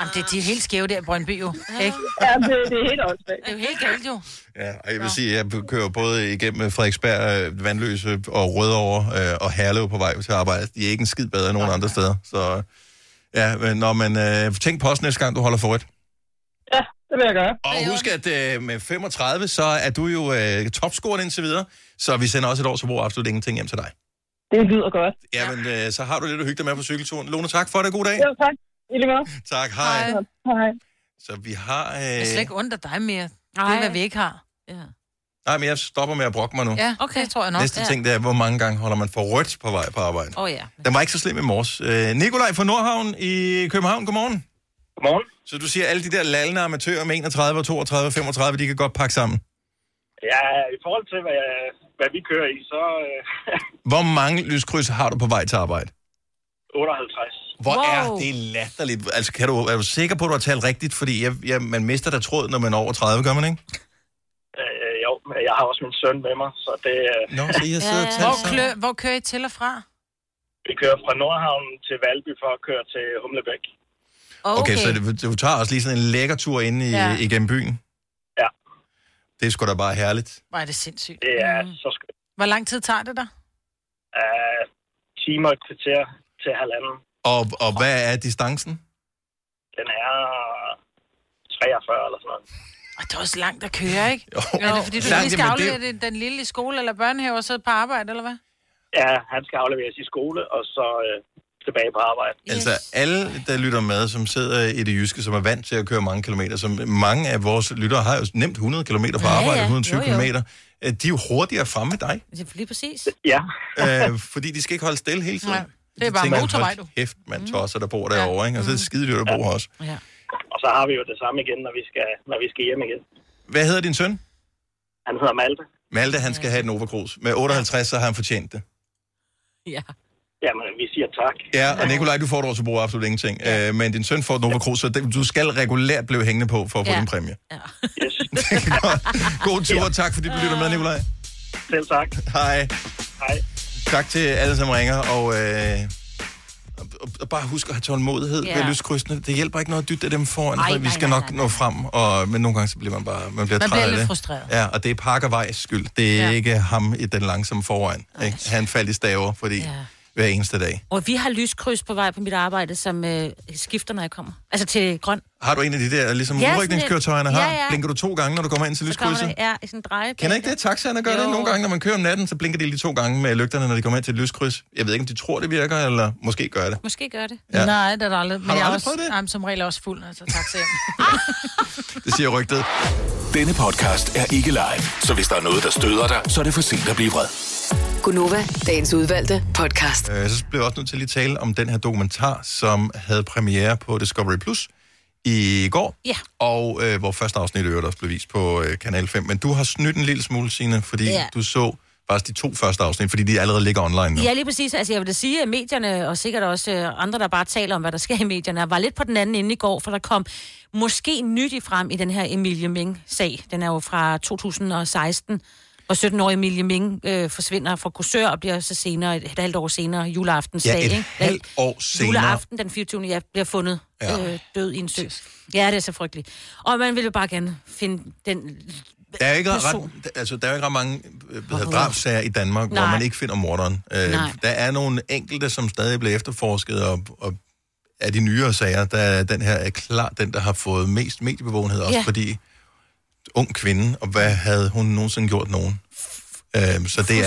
S3: Jamen, det, de er helt skæve der i Brøndby jo, ikke?
S12: ja, det, det er helt åndssvagt.
S3: Det er jo helt galt jo.
S1: Ja, og jeg vil sige, at jeg kører både igennem Frederiksberg, øh, Vandløse og Rødovre øh, og Herlev på vej til arbejde. De er ikke en skid bedre end nogen andre steder. Så øh, ja, men når man øh, tænk på os næste gang, du holder for et.
S12: Ja, det vil jeg gøre.
S1: Og husk, at øh, med 35, så er du jo øh, topscoren indtil videre, så vi sender også et års forbrug af absolut ingenting hjem til dig.
S12: Det lyder godt.
S1: Jamen, øh, så har du lidt at hygge dig med på cykelturen. Lone, tak for det. God dag.
S12: Jo, tak. I lige måde.
S1: Tak, hej. hej.
S12: Hej.
S1: Så vi har...
S3: Jeg er slet
S1: Øh...
S3: ikke ondt af dig mere. Det er, hvad vi ikke har. Ja,
S1: Nej, men jeg stopper med at brokke mig nu.
S3: ja okay. det tror jeg nok.
S1: Næste
S3: ja.
S1: ting, det er, hvor mange gange holder man for rødt på vej på arbejde.
S3: Åh oh, ja.
S1: Den var ikke så slem i morges. Øh, Nikolaj fra Nordhavn i København, godmorgen.
S22: Godmorgen.
S1: Så du siger, at alle de der lallende amatører med 31, 32 og 35, de kan godt pakke sammen.
S22: Ja, i forhold til, hvad, jeg- hvad vi kører i, så øh,
S1: Hvor mange lyskryds har du på vej til arbejde?
S22: 58.
S1: Hvor wow. er det latterligt. Altså, kan du, er du sikker på, at du har talt rigtigt? Fordi jeg, jeg, man mister da tråd, når man er over 30, gør man ikke?
S22: Øh, jo, men jeg har også min søn med mig, så det... Øh,
S1: Nå, så I har siddet og talt
S3: Hvor, klø, hvor kører I til og fra?
S22: Vi kører fra Nordhavnen til Valby for at køre til Humlebæk.
S1: Okay, så det, du tager også lige sådan en lækker tur ind i,
S3: Ja.
S1: ja. igennem byen?
S22: Ja.
S1: Det er sgu da bare herligt.
S3: Hvor er det sindssygt. Mm.
S22: Det er så skønt.
S3: Hvor lang tid tager det dig?
S22: Øh, timer og et kvarter til halvanden.
S1: Og, og hvad er distancen?
S22: Den er 43 eller sådan noget.
S3: Og det er også langt at køre, ikke?
S1: Jo.
S3: Er det fordi, du
S22: Langt,
S3: lige skal
S22: jamen,
S3: aflevere
S22: det-
S3: det... den lille i skole eller børnehave og så på arbejde, eller hvad?
S22: Ja, han skal afleveres i skole, og så øh, tilbage på arbejde.
S1: Yes. Altså alle, der lytter med, som sidder i det jyske, som er vant til at køre mange kilometer, som mange af vores lyttere har jo nemt 100 km på
S4: Ja, ja.
S1: arbejde, 120
S4: Jo, jo.
S1: km, øh, de er jo hurtigere fremme med dig,
S4: Det er Altså, lige præcis.
S22: Ja.
S1: øh, fordi de skal ikke holde stille hele tiden.
S4: Nej,
S3: det er bare
S1: tænker,
S3: motorvej,
S1: "Hold
S3: du."
S1: Kæft, man tosser, der bor derovre, ikke? og så er det skide dyrt at bo her også.
S3: Ja.
S22: Og så har vi jo det samme igen, når vi skal, når vi skal hjem igen.
S1: Hvad hedder din søn?
S22: Han hedder Malte.
S1: Malte, han skal have et Nova Cruz. Med 58, så har han fortjent det.
S22: Ja. Jamen, vi siger tak.
S1: Ja, og Nikolaj, du får et år til brug af absolut ingenting. Ja. Øh, men din søn får et Nova Cruz, så det- du skal regulært blive hængende på for at få
S22: Ja.
S1: din præmie.
S22: Ja.
S1: God tur, og tak fordi du lytter med, Nikolaj.
S22: Selv tak.
S1: Hej.
S22: Hej.
S1: Tak til alle, som ringer, og, øh, og, og bare husk at have tålmodighed
S3: Ja.
S1: yeah. ved lyskrydsene. Det hjælper ikke noget at dytte dem foran,
S3: Ej,
S1: for vi
S3: nej,
S1: skal
S3: nej,
S1: nok nå frem, og, men nogle gange så bliver man bare man bliver
S3: Man
S1: træt
S3: bliver
S1: af
S3: lidt
S1: det.
S3: frustreret.
S1: Ja, og det er pakkervejs skyld. Det er ja. ikke ham i den langsomme foran. Ikke? Han faldt i staver, fordi ja. hver eneste dag.
S4: Og vi har lyskryds på vej på mit arbejde, som øh, skifter, når jeg kommer. Altså til grøn.
S1: Har du en af de der, ligesom
S4: Ja,
S1: ja,
S4: sådan
S1: udrykningskøretøjerne
S4: et-
S1: har?
S4: ja, ja.
S1: Blinker du to gange, når du kommer ind til
S4: Så kommer der,
S1: lyskrydset?
S4: ja, i sådan en drejebænk.
S1: Kender ikke det? Taxaerne gør jo. det nogle gange, når man kører om natten, så blinker de lige to gange med lygterne, når de kommer ind til et lyskryds. Jeg ved ikke, om de tror, det virker, eller måske gør det.
S4: Måske gør det.
S1: Ja.
S3: Nej, det er der aldrig. Men
S1: Har du
S3: jeg er
S1: aldrig
S3: også, det? Jamen, som regel er jeg også fuld, altså, når jeg tager taxa hjem.
S1: Det siger rygtet.
S6: Denne podcast er ikke live, så hvis der er noget, der støder dig, så er det for sent at blive vred.
S5: Gunova, dagens udvalgte podcast.
S1: Øh, så blev jeg også nødt til at lige tale om den her dokumentar, som havde premiere på Discovery Plus i går,
S4: Ja.
S1: og øh, hvor første afsnit i øvrigt også blev vist på øh, Kanal 5. Men du har snydt en lille smule, Signe, fordi
S4: Ja.
S1: du så Faktisk de to første afsnit, fordi de allerede ligger online nu.
S4: Ja, lige præcis. Altså, jeg vil da sige, at medierne, og sikkert også øh, andre, der bare taler om, hvad der sker i medierne, var lidt på den anden ende i går, for der kom måske nyt i frem i den her Emilie Ming-sag. Den er jo fra 2016, hvor 17-årige Emilie Ming øh, forsvinder fra kursør og bliver så senere, et, et halvt år senere, juleaftens
S1: Ja,
S4: sag.
S1: et
S4: ikke?
S1: halvt år senere.
S4: Juleaften den 24. Ja, bliver fundet
S1: Ja.
S4: ja. øh, død i en sø. Ja, det er så frygteligt. Og man vil jo bare gerne finde den
S1: Der er jo ikke, ret,
S4: person.
S1: altså, der er jo ikke ret mange øh, hvad hedder, drabsager i Danmark, Nej. hvor
S4: Nej.
S1: man ikke finder morderen. Øh,
S4: Nej.
S1: der er nogle enkelte, som stadig bliver efterforsket, og, og af de nyere sager, der er den her er klart den, der har fået mest mediebevågenhed, også
S4: Ja.
S1: fordi ung kvinde, og hvad havde hun nogensinde gjort nogen? Øh, så det er,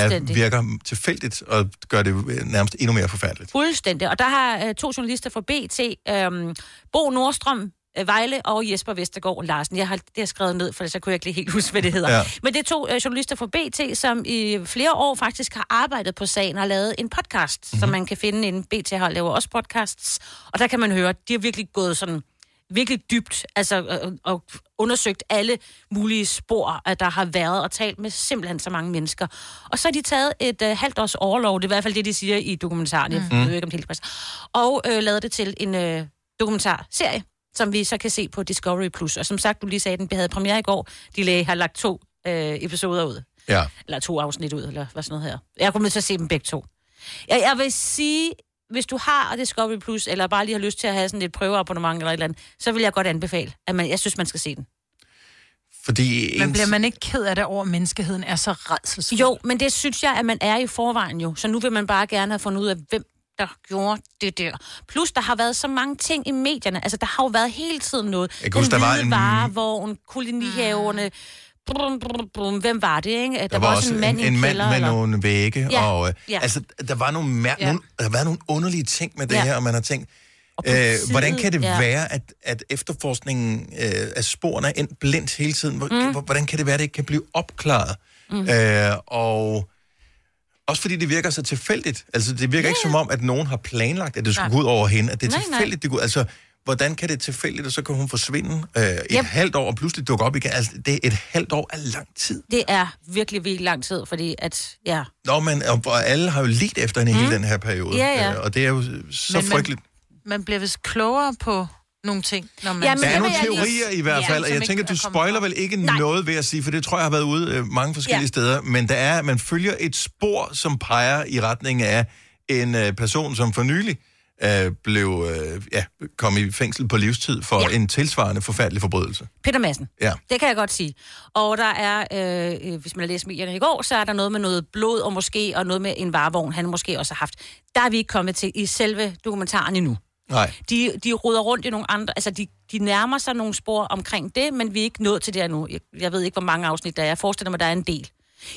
S4: Fuldstændig.
S1: virker tilfældigt, og gør det øh, nærmest endnu mere forfærdeligt.
S4: Fuldstændig. Og der har øh, to journalister fra BT, øh, Bo Nordstrøm, øh, Vejle og Jesper Vestergaard Larsen. Jeg har det har jeg skrevet ned, for ellers så kunne jeg ikke lige helt huske, hvad det hedder.
S7: Ja.
S4: ja. Men det er to øh, journalister fra BT, som i flere år faktisk har arbejdet på sagen og har lavet en podcast, mm-hmm. som man kan finde inden BT har laver også podcasts. Og der kan man høre, de har virkelig gået sådan virkelig dybt, altså øh, og undersøgt alle mulige spor, at der har været, og talt med simpelthen så mange mennesker. Og så har de taget et øh, halvt års overlov, det er i hvert fald det, de siger i dokumentaren, mm.
S7: Mm.
S4: jeg ved ikke om det er helt præcis, og øh, lavet det til en øh, dokumentarserie, som vi så kan se på Discovery+. Plus. Og som sagt, du lige sagde, den havde premiere i går, de lagde, har lagt to øh, episoder ud,
S1: Ja.
S4: eller to afsnit ud, eller hvad sådan noget her. Jeg kommer til at se dem begge to. Jeg, jeg vil sige, hvis du har Discovery Plus, eller bare lige har lyst til at have sådan et prøveabonnement eller et eller andet, så vil jeg godt anbefale, at man, jeg synes, man skal se den.
S1: Fordi
S3: Men
S1: ens-
S3: bliver man ikke ked af det over, at menneskeheden er så redselsfuld?
S4: Jo, men det synes jeg, at man er i forvejen jo. Så nu vil man bare gerne have fundet ud af, hvem der gjorde det der. Plus, der har været så mange ting i medierne. Altså, der har jo været hele tiden noget.
S1: Jeg kan huske, der var en-
S4: varevogn, kolonihaverne, brum, brum, brum, hvem var det, ikke? Der,
S1: Der, var, var også en mand, en, en mand
S4: kælder,
S1: med
S4: eller-
S1: nogle vægge, ja.
S4: Ja,
S1: og øh, ja.
S4: ja.
S1: altså, der var nogle, mær- ja.
S4: Ja.
S1: nogle, der har været nogle underlige ting med det ja.
S4: Ja.
S1: her, og man har tænkt, øh,
S4: politiet,
S1: hvordan kan det ja.
S4: ja.
S1: være, at, at efterforskningen øh, af sporene er endt blindt hele tiden? Hvor, mm. Hvordan kan det være, at det ikke kan blive opklaret? Mm.
S8: Mm.
S1: Øh, og også fordi det virker så tilfældigt. Altså, det virker ja. ikke som om, at nogen har planlagt, at det skulle
S4: Nej.
S1: gå ud over hende, at det er
S4: Nej, nej.
S1: tilfældigt, det går Altså, hvordan kan det tilfældigt, og så kan hun forsvinde øh, et
S4: Yep.
S1: halvt år, og pludselig dukke op igen? Altså, det, et halvt år er lang tid.
S4: Det er virkelig, virkelig lang tid, fordi at, ja,
S1: Nå, men og, og alle har jo lidt efter hende mm. hele den her periode.
S3: Ja, ja.
S1: Øh, Og det er jo så men,
S3: Men- men-
S1: frygteligt.
S3: Man bliver vist klogere på nogle ting, når man...
S1: Men, der er nogle teorier i hvert fald, ja, og jeg tænker, du spoiler vel ikke Nej. noget ved at sige, for det tror jeg har været ude øh, mange forskellige ja.
S3: Ja.
S1: steder, men der er, man følger et spor, som peger i retning af en øh, person, som for nylig øh, blev øh, ja, kom i fængsel på livstid for ja. en tilsvarende forfærdelig forbrydelse.
S4: Peter Madsen.
S1: Ja.
S4: Det kan jeg godt sige. Og der er, øh, øh, hvis man har læst medierne i går, så er der noget med noget blod og måske, og noget med en varevogn, han måske også har haft. Der er vi ikke kommet til i selve dokumentaren endnu.
S1: Nej.
S4: De, de ruder rundt i nogle andre, altså de, de nærmer sig nogle spor omkring det, men vi er ikke nået til det endnu. Jeg, jeg ved ikke, hvor mange afsnit der er. Jeg forestiller mig, der er en del.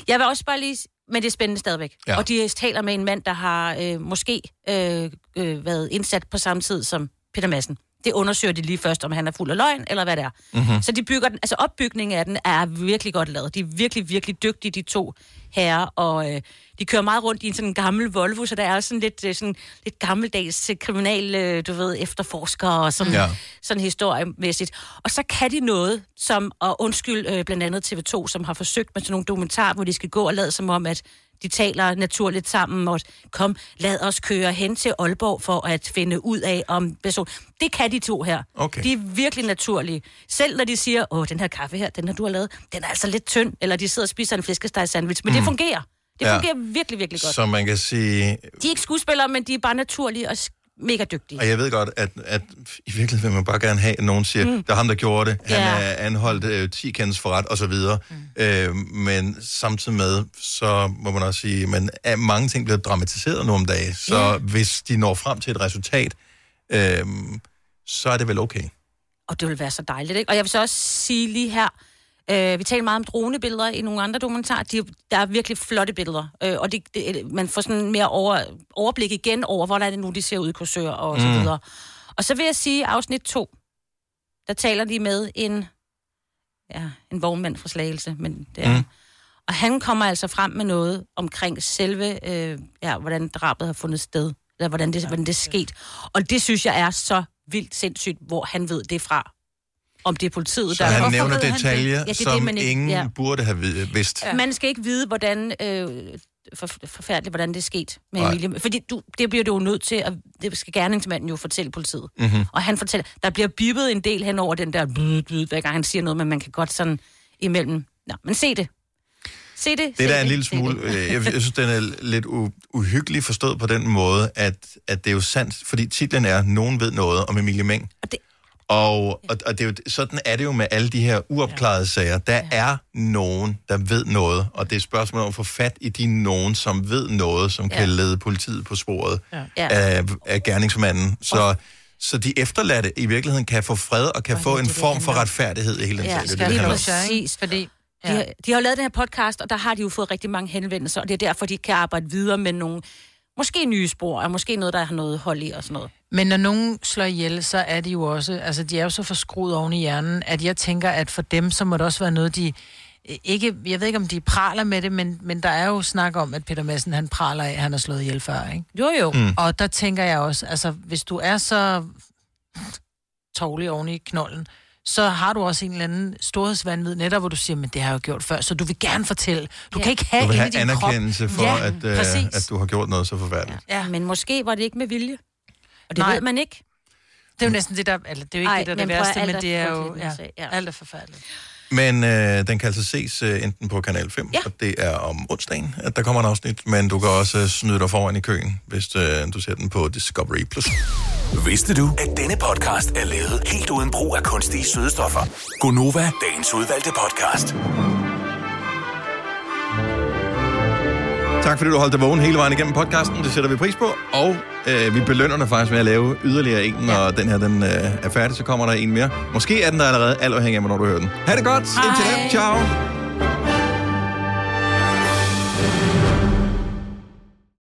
S4: Jeg vil også bare lige, s- men det er spændende stadigvæk.
S7: Ja.
S4: Ja. Og de taler med en mand, der har øh, måske øh, øh, været indsat på samme tid som Peter Madsen. Det undersøger de lige først, om han er fuld af løgn, eller hvad det er.
S7: Mhm.
S4: Mm-hmm. Så de bygger den, altså opbygningen af den er virkelig godt lavet. De er virkelig, virkelig dygtige, de to herrer, og øh, de kører meget rundt i en sådan gammel Volvo, så der er sådan lidt, øh, sådan lidt gammeldags øh, kriminal, øh, du ved, efterforskere og sådan,
S7: Ja.
S4: ja. sådan historiemæssigt. Og så kan de noget, som, og undskyld øh, blandt andet TV2, som har forsøgt med sådan nogle dokumentarer, hvor de skal gå og lade som om, at de taler naturligt sammen, og kom, lad os køre hen til Aalborg for at finde ud af, om person... Det kan de to her.
S7: Okay.
S4: De er virkelig naturlige. Selv når de siger, åh, den her kaffe her, den har du har lavet, den er altså lidt tynd, eller de sidder og spiser en flæskesteg sandwich, men mm.
S1: Mm.
S4: det fungerer. Det
S1: Ja.
S4: ja. fungerer virkelig, virkelig godt.
S1: Så man kan sige,
S4: De er ikke skuespillere, men de er bare naturlige og sk- mega dygtige.
S1: Og jeg ved godt, at, at i virkeligheden vil man bare gerne have, at nogen siger, mm.
S4: Mm.
S1: der er ham, der gjorde det, han
S4: Ja.
S1: er anholdt øh, 10 kendes for ret, og så videre. Mm. Øh, men samtidig med, så må man også sige, men er mange ting bliver dramatiseret nu om dagen, så
S4: Ja.
S1: hvis de når frem til et resultat, øh, så er det vel okay.
S4: Og det ville være så dejligt, ikke? Og jeg vil så også sige lige her, øh, vi taler meget om dronebilleder i nogle andre dokumentarer. De, der er virkelig flotte billeder, øh, og det, det, man får sådan mere over, overblik igen over, hvordan er det nu, de ser ud i kursør og så
S7: Mm.
S4: videre. Og så vil jeg sige, afsnit 2, der taler de med en, ja, en vognmand fra Slagelse, men det er...
S7: Mm.
S4: Mm. Og han kommer altså frem med noget omkring selve, øh, ja, hvordan drabet har fundet sted, eller hvordan det, hvordan det er sket. Og det synes jeg er så vildt sindssygt, hvor han ved det fra. om det er politiet,
S1: Så
S4: der...
S1: han
S4: Hvorfor
S1: nævner
S4: ved han det?
S1: detaljer, det? som det,
S4: ikke-
S1: ingen burde have vid- vidst.
S4: Ja. Man skal ikke vide, hvordan... Øh, for, forfærdeligt, hvordan det er sket med
S1: Nej.
S4: Emilie. Fordi du, det bliver du jo nødt til, at det skal gerningsmanden jo fortælle politiet.
S1: Mhm.
S4: Og han fortæller, der bliver bippet en del hen over den der blød, blød, hver gang han siger noget, men man kan godt sådan imellem... Nå, men se det. Se det. se
S1: Det der er en lille
S4: se
S1: smule,
S4: det.
S1: øh, jeg, jeg synes, den er lidt u, uhyggelig forstået på den måde, at, at det er jo sandt, fordi titlen er, nogen ved noget om Emilie Meng.
S4: Og, det...
S1: og, og, og det er jo, sådan er det jo med alle de her uopklarede ja. sager. Der ja. er nogen, der ved noget, og det er et spørgsmål om at få fat i de nogen, som ved noget, som ja.
S4: Ja.
S1: kan lede politiet på sporet
S4: Ja.
S1: ja.
S4: Ja.
S1: af, af gerningsmanden. Så, så de efterladte i virkeligheden kan få fred og kan få en form for retfærdighed i hele den
S4: Ja,
S1: sag. Det er det,
S4: skal
S1: det
S4: lige
S1: handler om.
S4: præcis, fordi... Ja. De, har, de har jo lavet den her podcast, og der har de jo fået rigtig mange henvendelser, og det er derfor, de kan arbejde videre med nogle, måske nye spor, og måske noget, der har noget hold i og sådan noget.
S3: Men når nogen slår ihjel, så er de jo også, altså de er jo så forskruet oven i hjernen, at jeg tænker, at for dem, så må det også være noget, de øh, ikke, jeg ved ikke, om de praler med det, men, men der er jo snak om, at Peter Madsen, han praler af, at han har slået ihjel før, ikke?
S4: Jo, jo. Mm.
S3: Og der tænker jeg også, altså, hvis du er så tovlig oven i knollen, så har du også en eller anden storhedsvandvid, netop hvor du siger, men det har jeg jo gjort før, så du vil gerne fortælle. Du ja. kan ikke have
S1: Du vil
S3: inde
S1: have
S3: i din
S1: anerkendelse
S3: krop.
S1: for,
S3: ja,
S1: at, øh,
S3: præcis.
S1: at du har gjort noget så forfærdeligt.
S4: Ja. Men måske var det ikke med vilje. Og det
S3: Nej.
S4: Nej. ved man ikke.
S3: Det er jo næsten det, der... Eller, det er jo ikke
S4: Ej,
S3: Ej, det, der er det
S4: men prøv at
S3: værste,
S4: alt
S3: men
S4: er
S3: det er jo...
S4: frygteligt,
S3: Ja,
S4: den sag, ja.
S3: alt er forfærdeligt.
S1: Men øh, den kan altså ses øh, enten på Kanal 5, ja. og det er om onsdagen, at der kommer en afsnit, men du kan også øh, snyde dig foran i køen, hvis øh, du ser den på Discovery+. Plus.
S23: Vidste du, at denne podcast er lavet helt uden brug af kunstige sødestoffer? Gonova, dagens udvalgte podcast.
S1: Tak fordi du holdt dig vågen hele vejen igennem podcasten, det sætter vi pris på, og øh, vi belønner dig faktisk med at lave yderligere en, når den her den, øh, er færdig, så kommer der en mere. Måske er den der allerede, alt afhængig af, hvornår du hører den. Ha' det godt, indtil da, ciao!